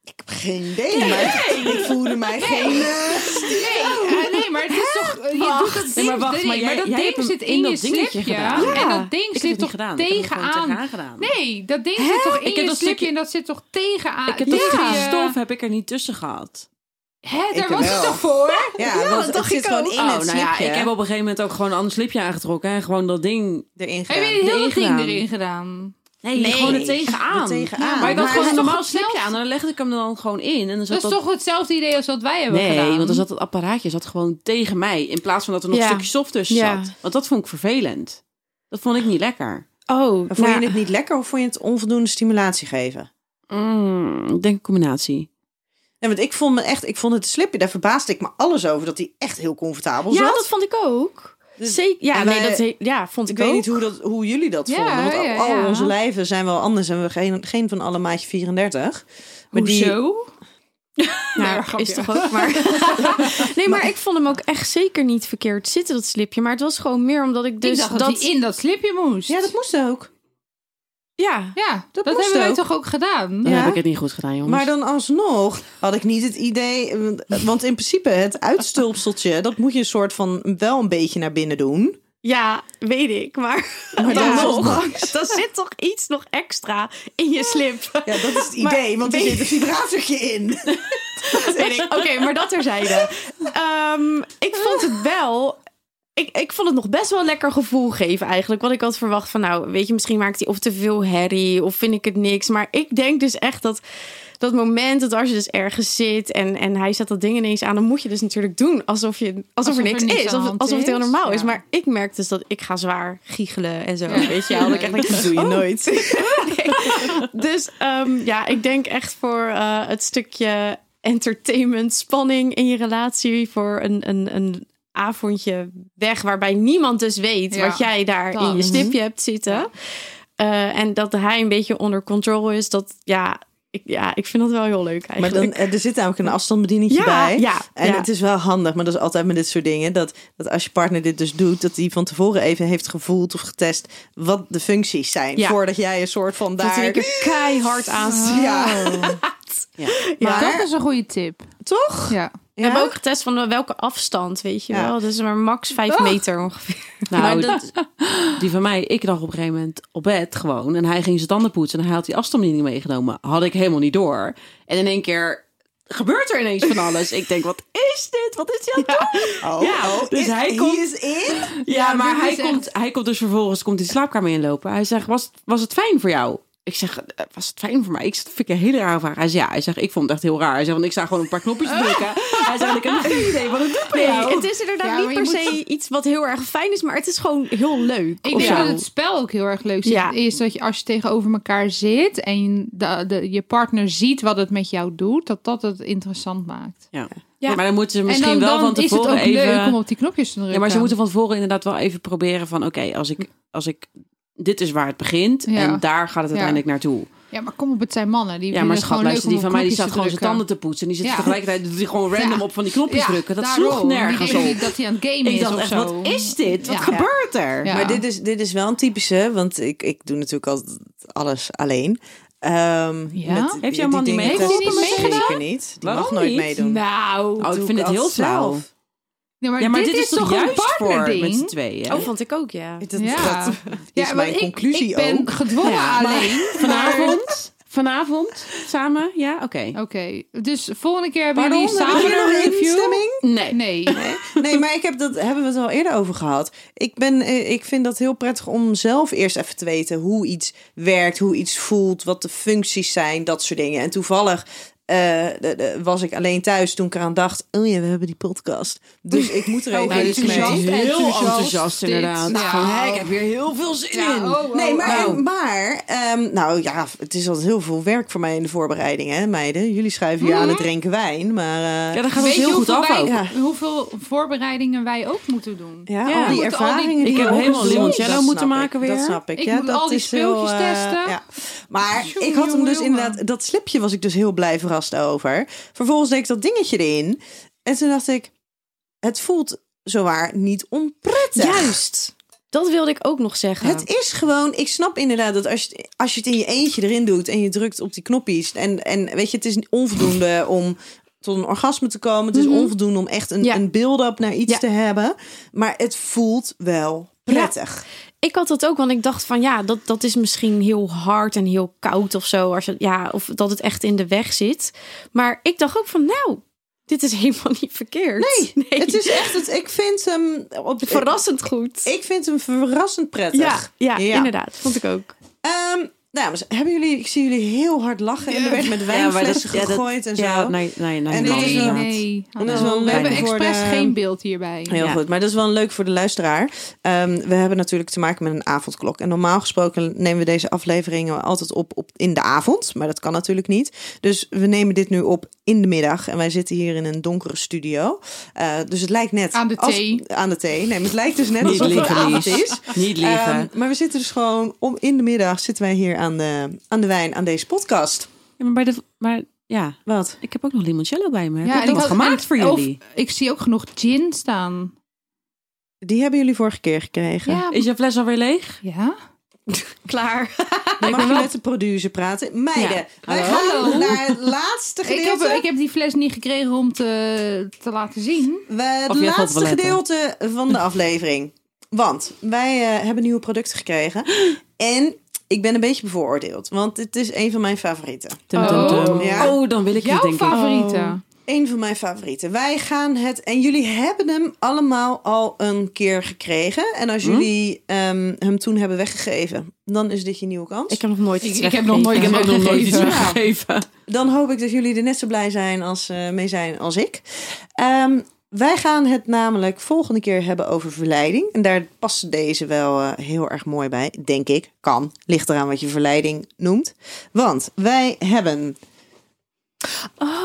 Speaker 5: Ik heb geen idee, maar ik voelde mij geen... eh,
Speaker 6: Nee, eh, nee, maar het is toch... eh, Je doet dat ding,
Speaker 8: Nee, maar Oh. wacht, maar
Speaker 6: nee, maar
Speaker 8: jij-
Speaker 6: dat
Speaker 8: jij hebt
Speaker 6: ding
Speaker 8: hem
Speaker 6: zit
Speaker 8: in
Speaker 6: in
Speaker 8: dat
Speaker 6: je
Speaker 8: dingetje
Speaker 6: slipje.
Speaker 8: gedaan. Ja,
Speaker 6: En dat ding
Speaker 8: Ik heb
Speaker 6: zit
Speaker 8: het
Speaker 6: toch
Speaker 8: niet gedaan. Ik heb hem gewoon
Speaker 6: tegenaan.
Speaker 8: tegenaan gedaan.
Speaker 6: Nee, dat ding zit toch in
Speaker 8: Ik heb
Speaker 6: je slipje
Speaker 8: dat stukje-
Speaker 6: en dat zit toch tegenaan.
Speaker 8: Ik heb dat
Speaker 6: tegen
Speaker 8: ja.
Speaker 6: je-
Speaker 8: stof heb ik er niet tussen gehad.
Speaker 6: Hè,
Speaker 5: Ik
Speaker 6: daar was
Speaker 5: wel.
Speaker 6: het toch voor?
Speaker 5: Ja, want het zit gewoon in
Speaker 6: Oh,
Speaker 5: het
Speaker 8: nou ja,
Speaker 5: slipje
Speaker 8: ik heb op een gegeven moment ook gewoon een ander slipje aangetrokken en gewoon dat ding.
Speaker 5: erin
Speaker 6: Heb
Speaker 5: gedaan.
Speaker 6: je heel
Speaker 8: Erin
Speaker 6: dat ding
Speaker 8: gedaan.
Speaker 6: erin gedaan?
Speaker 8: Nee, gewoon er tegenaan.
Speaker 5: Er tegenaan.
Speaker 8: Maar ik had
Speaker 5: Maar
Speaker 8: gewoon een
Speaker 6: het is
Speaker 8: normaal
Speaker 6: toch
Speaker 8: slipje
Speaker 6: hetzelfde?
Speaker 8: aan en dan legde ik hem er dan gewoon in. En dan
Speaker 6: Dat
Speaker 8: zat
Speaker 6: is
Speaker 8: dat...
Speaker 6: toch hetzelfde idee als wat wij hebben
Speaker 8: Nee,
Speaker 6: gedaan?
Speaker 8: want dan zat het apparaatje zat gewoon tegen mij. In plaats van dat er nog
Speaker 3: Ja.
Speaker 8: een stukje stof tussen
Speaker 3: Ja.
Speaker 8: zat. Want dat vond ik vervelend. Dat vond ik niet lekker.
Speaker 3: Oh,
Speaker 6: nou,
Speaker 5: Maar Vond je het niet lekker of vond je het onvoldoende stimulatie geven?
Speaker 8: Mm, ik denk een combinatie.
Speaker 5: Nee, want ik vond, me echt, ik vond het slipje, daar verbaasde ik me alles over, dat die echt heel comfortabel
Speaker 3: Ja,
Speaker 5: zat.
Speaker 3: dat vond ik ook.
Speaker 5: Dus-
Speaker 3: Zeker. Ja,
Speaker 5: en
Speaker 3: nee,
Speaker 5: wij-
Speaker 3: dat he- ja, vond
Speaker 5: Ik
Speaker 3: ik,
Speaker 5: weet
Speaker 3: ook.
Speaker 5: niet hoe, dat, hoe jullie dat
Speaker 6: Ja,
Speaker 5: vonden. Want
Speaker 6: ja,
Speaker 5: al
Speaker 6: ja.
Speaker 5: onze lijven zijn wel anders. En we geen, geen van alle maatje 34. Maar die,
Speaker 6: Hoezo?
Speaker 3: Nou,
Speaker 6: grapje.
Speaker 3: is toch ook maar. nee, maar ik vond hem ook echt zeker niet verkeerd zitten, dat slipje. Maar het was gewoon meer omdat ik dus
Speaker 6: ik dacht dat, die in dat slipje moest.
Speaker 5: ja, dat moest ook.
Speaker 3: Ja,
Speaker 6: Ja, dat,
Speaker 5: moest
Speaker 6: hebben wij
Speaker 5: ook.
Speaker 6: toch ook gedaan?
Speaker 8: Dan
Speaker 5: Ja.
Speaker 8: heb ik het niet goed gedaan, jongens.
Speaker 5: Maar dan alsnog had ik niet het idee. Want in principe, het uitstulpseltje, dat moet je een soort van wel een beetje naar binnen doen.
Speaker 3: ja, weet ik. Maar,
Speaker 5: Maar
Speaker 3: dan
Speaker 5: ja,
Speaker 3: nog, dan zit toch iets nog extra in je slip.
Speaker 5: Ja, dat is het idee, want er
Speaker 3: ben je-
Speaker 5: zit een vibratortje in.
Speaker 3: Weet ik. Oké, maar dat terzijde. Ehm ik vond het wel. Ik, ik vond het nog best wel een lekker gevoel geven eigenlijk. Wat ik had verwacht van, nou, weet je, misschien maakt hij of te veel herrie of vind ik het niks. Maar ik denk dus echt dat dat moment dat als je dus ergens zit en, en hij zet dat ding ineens aan, dan moet je dus natuurlijk doen alsof, je, alsof, er niks, is.
Speaker 6: aan de
Speaker 3: Alsof,
Speaker 6: hand
Speaker 3: alsof het heel
Speaker 6: is.
Speaker 3: normaal is.
Speaker 6: Ja.
Speaker 3: Maar ik merk dus dat ik ga zwaar giechelen en zo. Weet je, wel. dat ik Oh.
Speaker 5: Dat
Speaker 3: echt denk,
Speaker 5: doe je nooit.
Speaker 3: dus ehm, ja, ik denk echt voor eh, het stukje entertainment, spanning in je relatie. Voor een, een, een avondje weg waarbij niemand dus weet
Speaker 6: Ja,
Speaker 3: wat jij daar
Speaker 6: dat.
Speaker 3: in je stipje hebt zitten. Eh, en dat hij een beetje onder controle is. Dat ja, ik, ja, ik vind dat wel heel leuk
Speaker 5: Maar
Speaker 3: eigenlijk.
Speaker 5: dan, eh, er zit namelijk een afstandsbedieningje
Speaker 3: Ja,
Speaker 5: bij.
Speaker 3: ja,
Speaker 5: en
Speaker 3: ja.
Speaker 5: het is wel handig, maar dat is altijd met dit soort dingen. Dat, dat als je partner dit dus doet, dat hij van tevoren even heeft gevoeld of getest wat de functies zijn.
Speaker 3: Ja.
Speaker 5: Voordat jij een soort van
Speaker 3: dat hij
Speaker 5: daar.
Speaker 3: een keer keihard aan.
Speaker 5: Ja,
Speaker 8: "Oh."
Speaker 6: Ja,
Speaker 5: maar-
Speaker 6: dat is een goede tip.
Speaker 5: toch?
Speaker 6: Ja.
Speaker 3: We hebben ook getest van welke afstand, weet je
Speaker 5: Ja.
Speaker 3: wel. Dus maar max 5
Speaker 6: Oh.
Speaker 3: meter ongeveer.
Speaker 8: Nou, dat- die van mij, ik lag op een gegeven moment op bed gewoon. En hij ging zijn tanden poetsen en hij had die afstandsbediening meegenomen. Had ik helemaal niet door. En in één keer gebeurt er ineens van alles. Ik denk, wat is dit? Wat is dit? Ja,
Speaker 5: Oh, oh,
Speaker 8: dus
Speaker 5: is-
Speaker 8: hij
Speaker 5: he
Speaker 8: komt-
Speaker 5: is in.
Speaker 8: ja maar
Speaker 6: dit
Speaker 8: hij
Speaker 6: is echt-
Speaker 8: komt, hij komt dus vervolgens komt die slaapkamer inlopen. Hij zegt, was, was het fijn voor jou? Ik zeg, "Eh, was het fijn voor mij? Ik zeg, dat vind ik een hele rare vraag. Hij zegt, ja, hij zegt, ik vond het echt heel raar. Hij zegt, want ik zag gewoon een paar knopjes drukken. Hij zegt, ik heb geen idee wat het doet bij
Speaker 3: Nee,
Speaker 8: jou.
Speaker 3: het is inderdaad
Speaker 6: Ja,
Speaker 3: niet
Speaker 6: maar je
Speaker 3: per
Speaker 6: moet-
Speaker 3: se iets wat heel erg fijn is, maar het is gewoon heel leuk.
Speaker 6: Ik
Speaker 3: of
Speaker 6: denk
Speaker 3: zo.
Speaker 6: dat het spel ook heel erg leuk zit.
Speaker 3: Ja.
Speaker 6: Is dat je als je tegenover elkaar zit en de, de- je partner ziet wat het met jou doet, dat dat het interessant maakt.
Speaker 8: Ja.
Speaker 3: Ja.
Speaker 8: Maar dan moeten ze misschien
Speaker 6: en dan,
Speaker 8: wel
Speaker 6: dan
Speaker 8: van
Speaker 6: is het
Speaker 8: tevoren
Speaker 6: ook
Speaker 8: even...
Speaker 6: leuk om op die knopjes te drukken.
Speaker 8: Ja, maar ze moeten van tevoren inderdaad wel even proberen van... oké, als, ik, als ik... Dit is waar het begint
Speaker 6: Ja.
Speaker 8: en daar gaat het uiteindelijk naartoe.
Speaker 6: Ja, maar kom op, het zijn mannen. Die
Speaker 8: ja, maar
Speaker 6: vinden het gewoon leuk
Speaker 8: schatluister,
Speaker 6: om
Speaker 8: die
Speaker 6: op
Speaker 8: van mij
Speaker 6: knopjes
Speaker 8: die staat
Speaker 6: te
Speaker 8: gewoon zijn
Speaker 6: drukken.
Speaker 8: tanden te poetsen... en die zit
Speaker 6: Ja.
Speaker 8: tegelijkertijd doet hij gewoon random
Speaker 6: Ja,
Speaker 8: op van die knopjes
Speaker 6: ja,
Speaker 8: drukken. Dat
Speaker 6: daarom.
Speaker 8: sloeg nergens
Speaker 6: Die denken
Speaker 8: op.
Speaker 6: niet Dat hij aan het gamen
Speaker 8: Ik
Speaker 6: is
Speaker 8: dacht
Speaker 6: of
Speaker 8: echt,
Speaker 6: zo.
Speaker 8: wat is dit? Wat
Speaker 6: Ja.
Speaker 8: gebeurt er?
Speaker 6: Ja.
Speaker 5: Maar dit is, dit is wel een typische, want ik, ik doe natuurlijk altijd alles alleen. Ehm
Speaker 6: Ja?
Speaker 5: met
Speaker 8: Heeft jouw man
Speaker 5: die
Speaker 8: niet
Speaker 5: dingen
Speaker 8: meegeholpen
Speaker 5: testen
Speaker 6: met
Speaker 5: Zeker
Speaker 6: meegedaan?
Speaker 5: niet. Die
Speaker 8: Waarom
Speaker 5: mag nooit
Speaker 8: niet?
Speaker 5: meedoen.
Speaker 3: Nou,
Speaker 8: Oh, ik
Speaker 5: Doe
Speaker 8: vind het
Speaker 5: altijd
Speaker 8: heel flauw.
Speaker 5: zelf.
Speaker 6: Nee, maar,
Speaker 8: Ja,
Speaker 6: dit, is toch een
Speaker 8: juist voor met z'n
Speaker 6: partnerding?
Speaker 8: tweeën?
Speaker 3: oh, vond ik ook, ja.
Speaker 5: Dat,
Speaker 6: Ja.
Speaker 5: dat
Speaker 6: Ja,
Speaker 5: is
Speaker 6: want
Speaker 5: mijn
Speaker 6: ik-
Speaker 5: conclusie
Speaker 6: ik ben
Speaker 5: ook.
Speaker 6: gedwongen
Speaker 8: Ja, maar-
Speaker 6: alleen.
Speaker 8: Vanavond? Vanavond? Samen? Ja, oké.
Speaker 6: Oké, dus volgende keer hebben
Speaker 5: Waarom?
Speaker 6: jullie samen
Speaker 5: Heb je nog
Speaker 6: een
Speaker 5: een
Speaker 6: review.
Speaker 5: instemming?
Speaker 8: Nee.
Speaker 6: Nee,
Speaker 5: Nee, maar ik heb dat hebben we het al eerder over gehad. Ik, ben, eh, ik vind dat heel prettig om zelf eerst even te weten hoe iets werkt, hoe iets voelt, wat de functies zijn, dat soort dingen. En toevallig eh, de- de- was ik alleen thuis toen ik eraan dacht... oh ja, we hebben die podcast. Dus ik moet er
Speaker 6: Oh,
Speaker 5: even
Speaker 8: Nou, dit
Speaker 5: iets
Speaker 8: is
Speaker 5: mee.
Speaker 8: enthousiast,
Speaker 6: Heel
Speaker 8: enthousiast
Speaker 6: dit.
Speaker 8: inderdaad.
Speaker 6: Ja.
Speaker 8: Van, hé, ik heb hier heel veel zin
Speaker 6: Ja,
Speaker 8: in.
Speaker 6: oh, oh,
Speaker 5: Nee, maar,
Speaker 8: oh.
Speaker 5: maar ehm, nou ja, het is altijd heel veel werk voor mij in de voorbereiding, hè, meiden? Jullie schuiven je aan het drinken wijn, maar eh,
Speaker 8: Ja, dat gaat
Speaker 6: Mm-hmm. Weet
Speaker 8: ons
Speaker 6: je
Speaker 8: heel goed
Speaker 6: hoeveel
Speaker 8: af
Speaker 6: wij-
Speaker 8: ook.
Speaker 5: Ja.
Speaker 6: hoeveel voorbereidingen wij ook moeten doen?
Speaker 5: ja,
Speaker 8: Ja,
Speaker 5: al die
Speaker 6: we moeten al die-
Speaker 5: ervaringen die
Speaker 8: Ik heb
Speaker 5: je ook
Speaker 8: helemaal
Speaker 5: doet,
Speaker 8: limoncello
Speaker 5: dat
Speaker 8: moeten
Speaker 5: snap
Speaker 8: maken
Speaker 5: ik,
Speaker 8: weer.
Speaker 5: Dat snap ik.
Speaker 6: Ik
Speaker 5: ja,
Speaker 6: moet
Speaker 5: dat
Speaker 6: al die
Speaker 5: is heel,
Speaker 6: speeltjes
Speaker 5: eh,
Speaker 6: testen.
Speaker 5: ja. Maar
Speaker 6: Tjonge,
Speaker 5: ik had hem
Speaker 6: jonge,
Speaker 5: dus
Speaker 6: jonge.
Speaker 5: inderdaad, dat slipje was ik dus heel blij verrast over. Vervolgens deed ik dat dingetje erin en toen dacht ik, het voelt zowaar niet onprettig.
Speaker 7: Juist. Dat wilde ik ook nog zeggen.
Speaker 5: Het is gewoon, ik snap inderdaad dat als je, als je het in je eentje erin doet en je drukt op die knopjes. En, en weet je, het is onvoldoende om tot een orgasme te komen. Het is onvoldoende om echt een,
Speaker 7: Ja.
Speaker 5: een build-up naar iets
Speaker 7: Ja.
Speaker 5: te hebben. Maar het voelt wel prettig.
Speaker 7: Ik had dat ook, want ik dacht van ja, dat, dat is misschien heel hard en heel koud of zo. Als je, ja, of dat het echt in de weg zit. Maar ik dacht ook van nou, dit is helemaal niet verkeerd.
Speaker 5: Nee, het is echt, het, ik vind hem op,
Speaker 7: verrassend goed.
Speaker 5: Ik vind hem verrassend prettig.
Speaker 7: ja, ja, inderdaad. Vond ik ook.
Speaker 5: Ehm, dames, hebben jullie, ik zie jullie heel hard lachen. En er werd met wijnflessen
Speaker 8: ja, dat-
Speaker 5: gegooid en zo.
Speaker 8: Ja, nee, nee, nee.
Speaker 5: En
Speaker 8: nee,
Speaker 5: dat is
Speaker 6: Nee,
Speaker 5: wel-
Speaker 8: inderdaad.
Speaker 6: nee. Oh.
Speaker 5: En dat is wel
Speaker 6: We
Speaker 5: leuk
Speaker 6: hebben
Speaker 5: voor de-
Speaker 6: expres geen beeld hierbij.
Speaker 5: Heel
Speaker 8: Ja.
Speaker 5: goed, maar dat is wel leuk voor de luisteraar. Ehm, we hebben natuurlijk te maken met een avondklok. En normaal gesproken nemen we deze afleveringen altijd op, op in de avond. Maar dat kan natuurlijk niet. Dus we nemen dit nu op in de middag. En wij zitten hier in een donkere studio. Eh, dus het lijkt net...
Speaker 6: Aan de
Speaker 5: als-
Speaker 6: thee.
Speaker 5: aan de thee. Nee, maar het lijkt dus net
Speaker 8: Niet
Speaker 5: alsof het
Speaker 8: liegen,
Speaker 5: avond
Speaker 8: Lies.
Speaker 5: is.
Speaker 8: Niet liegen.
Speaker 5: Ehm, maar we zitten dus gewoon om in de middag zitten wij hier aan de, aan de wijn, aan deze podcast.
Speaker 8: Ja, maar, bij de, maar ja,
Speaker 5: Wat?
Speaker 8: ik heb ook nog limoncello bij me. Heb
Speaker 6: en
Speaker 8: ik heb wat
Speaker 6: had-
Speaker 8: gemaakt
Speaker 6: en-
Speaker 8: voor
Speaker 6: of
Speaker 8: jullie.
Speaker 6: ik zie ook genoeg gin staan.
Speaker 5: Die hebben jullie vorige keer gekregen.
Speaker 6: Ja.
Speaker 8: Is je fles alweer leeg?
Speaker 6: ja.
Speaker 7: Klaar.
Speaker 5: Dan mag je met de producer praten. Meiden,
Speaker 8: Ja.
Speaker 5: wij
Speaker 6: Hallo.
Speaker 5: gaan naar het laatste
Speaker 6: Ik
Speaker 5: gedeelte.
Speaker 6: heb, ik heb die fles niet gekregen om te, te laten zien.
Speaker 5: We- het
Speaker 8: Of je gaat
Speaker 5: laatste
Speaker 8: toiletten.
Speaker 5: gedeelte van de aflevering. Want wij eh, hebben nieuwe producten gekregen. En ik ben een beetje bevooroordeeld. Want dit is een van mijn favorieten.
Speaker 8: Tum,
Speaker 6: Oh.
Speaker 8: tum, tum.
Speaker 5: Ja.
Speaker 8: Oh, dan wil ik het
Speaker 6: Jouw
Speaker 8: denk ik.
Speaker 6: favoriete.
Speaker 5: Een van mijn favorieten. Wij gaan het... En jullie hebben hem allemaal al een keer gekregen. En als jullie ehm, hem toen hebben weggegeven... dan is dit je nieuwe kans.
Speaker 7: Ik heb nog nooit
Speaker 6: Ik,
Speaker 7: iets
Speaker 6: ik heb nog nooit
Speaker 7: weggegeven.
Speaker 6: iets
Speaker 8: heb ook nog nooit iets
Speaker 6: weggegeven.
Speaker 8: weggegeven.
Speaker 5: Dan hoop ik dat jullie er net zo blij zijn als, eh, mee zijn als ik. Ehm, wij gaan het namelijk volgende keer hebben over verleiding. En daar past deze wel eh, heel erg mooi bij, denk ik. Kan. Ligt eraan wat je verleiding noemt. Want wij hebben. Oh.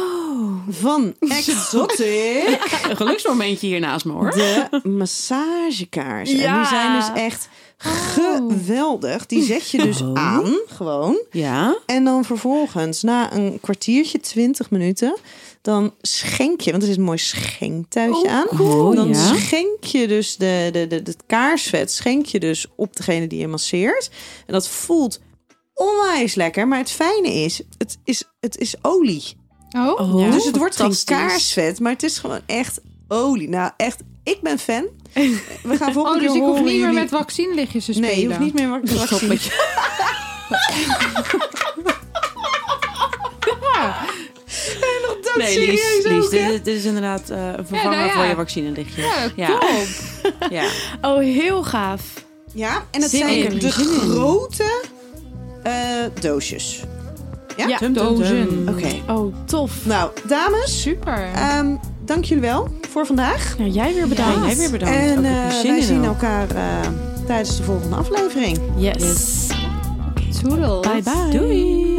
Speaker 5: Van Exotic.
Speaker 8: Een geluksmomentje hier naast me hoor.
Speaker 5: De massagekaars. En
Speaker 7: Ja.
Speaker 5: die zijn dus echt geweldig. Die zet je dus aan, gewoon.
Speaker 8: Ja.
Speaker 5: En dan vervolgens, na een kwartiertje, 20 minuten, dan schenk je, want er zit een mooi
Speaker 6: Oh,
Speaker 5: schenktuitje aan. Oh,
Speaker 8: cool,
Speaker 5: dan
Speaker 8: ja.
Speaker 5: schenk je dus de, de, de, het kaarsvet, schenk je dus op degene die je masseert. En dat voelt onwijs lekker, maar het fijne is, het is, het is olie.
Speaker 6: Oh,
Speaker 8: Oh,
Speaker 5: dus het wordt geen
Speaker 8: fantastisch.
Speaker 5: kaarsvet, maar het is gewoon echt olie. Nou, echt, ik ben fan. We gaan volgende
Speaker 6: oh
Speaker 5: keer
Speaker 6: dus ik hoef
Speaker 5: horen
Speaker 6: niet meer
Speaker 5: jullie-
Speaker 6: met vaccinlichtjes te spelen.
Speaker 5: Nee, je hoeft niet meer wat te zien.
Speaker 8: Nee, Lies, Lies dit, is- dit is inderdaad eh, een vervanger
Speaker 6: nou ja.
Speaker 8: voor je vaccinelichtjes.
Speaker 6: Ja,
Speaker 8: ja.
Speaker 6: top.
Speaker 8: ja.
Speaker 7: Oh, heel gaaf.
Speaker 5: Ja, en het
Speaker 7: Zin
Speaker 5: zijn
Speaker 7: in.
Speaker 5: de
Speaker 7: Zin in.
Speaker 5: grote eh, doosjes. Ja,
Speaker 8: Tum, tum, tum.
Speaker 6: dozen.
Speaker 5: Oké.
Speaker 7: Oh, tof.
Speaker 5: Nou, dames,
Speaker 6: Super.
Speaker 5: ehm, dank jullie wel voor vandaag.
Speaker 7: Nou, jij weer bedankt.
Speaker 8: Ja, jij weer bedankt.
Speaker 5: en
Speaker 8: Ook Nou, heb
Speaker 5: eh,
Speaker 8: je zin
Speaker 5: wij
Speaker 8: in
Speaker 5: zien
Speaker 8: ook.
Speaker 5: elkaar eh, tijdens de volgende aflevering.
Speaker 7: Yes.
Speaker 6: Toedels.
Speaker 7: Bye bye.
Speaker 8: Doei.